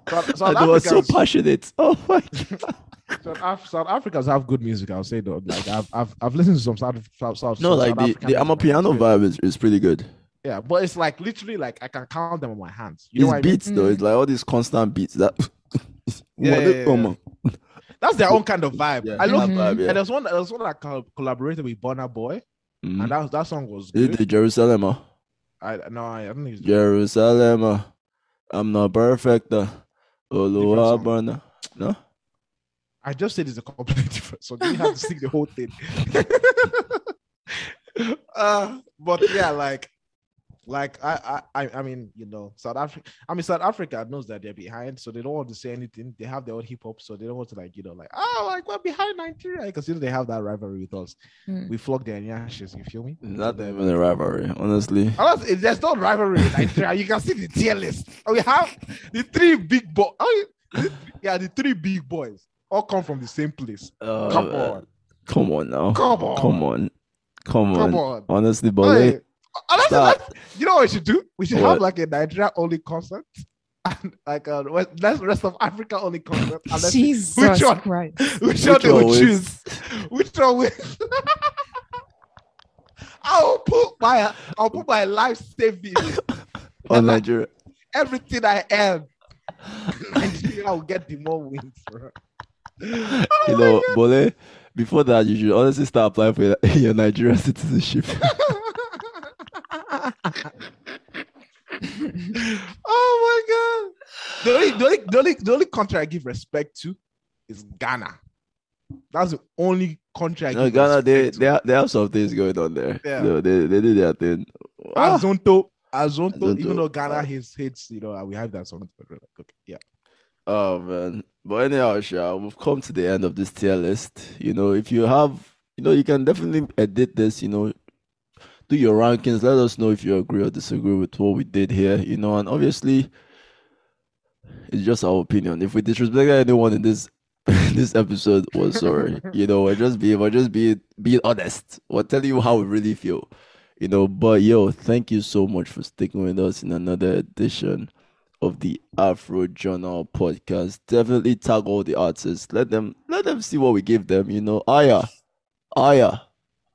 South, South and it was so Africans- passionate. Oh my god. South, Af- South Africans have good music, I'll say though. Like I've I've, I've listened to some South South, South No, South like the, African the I'm a music. piano vibe is, is pretty good. Yeah, but it's like literally like I can count them on my hands. You know it's what I mean? Mm. beats though. It's like all these constant beats. That Yeah, What yeah, the- yeah, oh yeah. my- That's their own kind of vibe. yeah, I that love Mhm. vibe, yeah. And there's one there's one that co- collaborated with Bonner Boy, Mhm. and that that song was Is it good. the Jerusalem? uh? I no, I don't think it's Jerusalem. uh, I'm not perfect. uh, song. Oluwabana. No? I just said it's a completely different song. You have to sing the whole thing. uh, but yeah, like, like I, I, I- I mean, you know, South Africa. I mean, South Africa knows that they're behind, so they don't want to say anything. They have their own hip hop, so they don't want to like, you know, like, oh, like we're behind Nigeria because you know they have that rivalry with us. Mm. We flog their ashes. You feel me? It's not even a rivalry, honestly. Unless it- there's no rivalry in Nigeria. You can see the tier list. We have the three big boys. yeah, the three big boys all come from the same place. Uh, Come on. Come on now. Come on. Come on. Come Come on. on. Honestly, but Hey, oh, like, honestly, stop. let's- you know what we should do? We should What? have like a Nigeria only concert and like a West, that's rest of Africa only concert. And let's see Jesus which one, Christ. which one they one will wins? choose. Which one wins? I'll put my I'll put my life savings, on Nigeria. everything I am. Nigeria will get the more wins. bro. Oh you know, Bole, before that, you should honestly start applying for your, your Nigerian citizenship. Oh my god. The only, the, only, the, only, the only country I give respect to is Ghana. That's the only country I no, give Ghana, they, respect they, ha- they have some things going on there. Yeah. Ah. No, they, they do their thing. to. Azonto, Azonto, Ah! Azonto. even though Ghana hates, hates, you know, we have that song. But we're like, okay, yeah. Oh man. But anyhow, Sha, we've come to the end of this tier list. You know, if you have you know, you can definitely edit this, you know. Do your rankings. Let us know if you agree or disagree with what we did here, you know, and obviously it's just our opinion. If we disrespected anyone in this this episode, we're sorry. you know, we're just being we're just being being honest. We're telling you how we really feel. You know, but yo, thank you so much for sticking with us in another edition of the Afro Journal podcast. Definitely tag all the artists. Let them let them see what we give them. You know, Aya, Aya,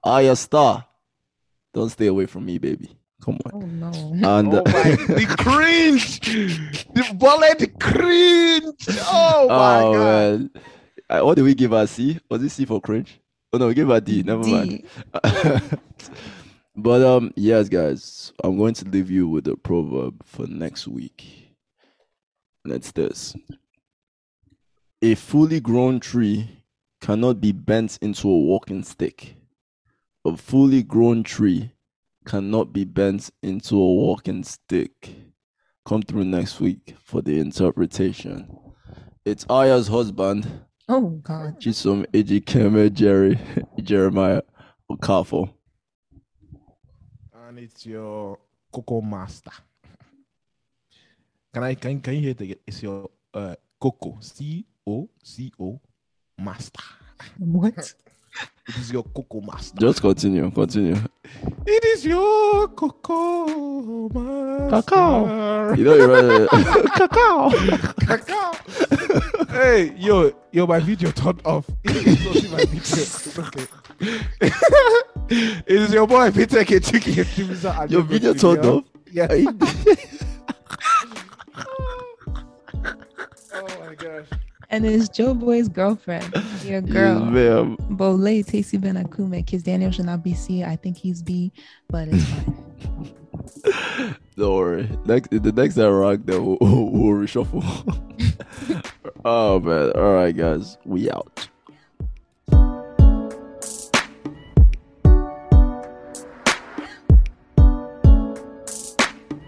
Aya Star. Don't stay away from me, baby. Come on. Oh no. And Oh my, the cringe, the bullet cringe. Oh my oh, god. man. Uh, what do we give her? C? Was it C for cringe? Oh no, we give her D. Never mind. D. but um, yes, guys, I'm going to leave you with a proverb for next week. And it's this: A fully grown tree cannot be bent into a walking stick. a fully grown tree cannot be bent into a walking stick. Come through next week for the interpretation. It's Aya's husband, Oh God. Chisom Ejikeme Jerry Jeremiah Okafo. And it's your Coco Master. Can I can, can you hear it again? It's your uh, Coco C O C O Master. What? It is your Coco Master. Just continue, continue. It is your Coco Master. You know you read Cacao. hey, yo, yo, my video turned off. It's not in my video. It's okay. it is your boy Peter Ketuki Etimisa and Your video turned off? Yeah. Are you- Oh my gosh. And it's Joe Boy's girlfriend, your Yes, girl. ma'am. Bole Tacey Benakume, because Daniel should not be C. I think he's B, but it's fine. Don't worry. Next, the next time rock, then we'll, we'll reshuffle. oh man! All right, guys, we out.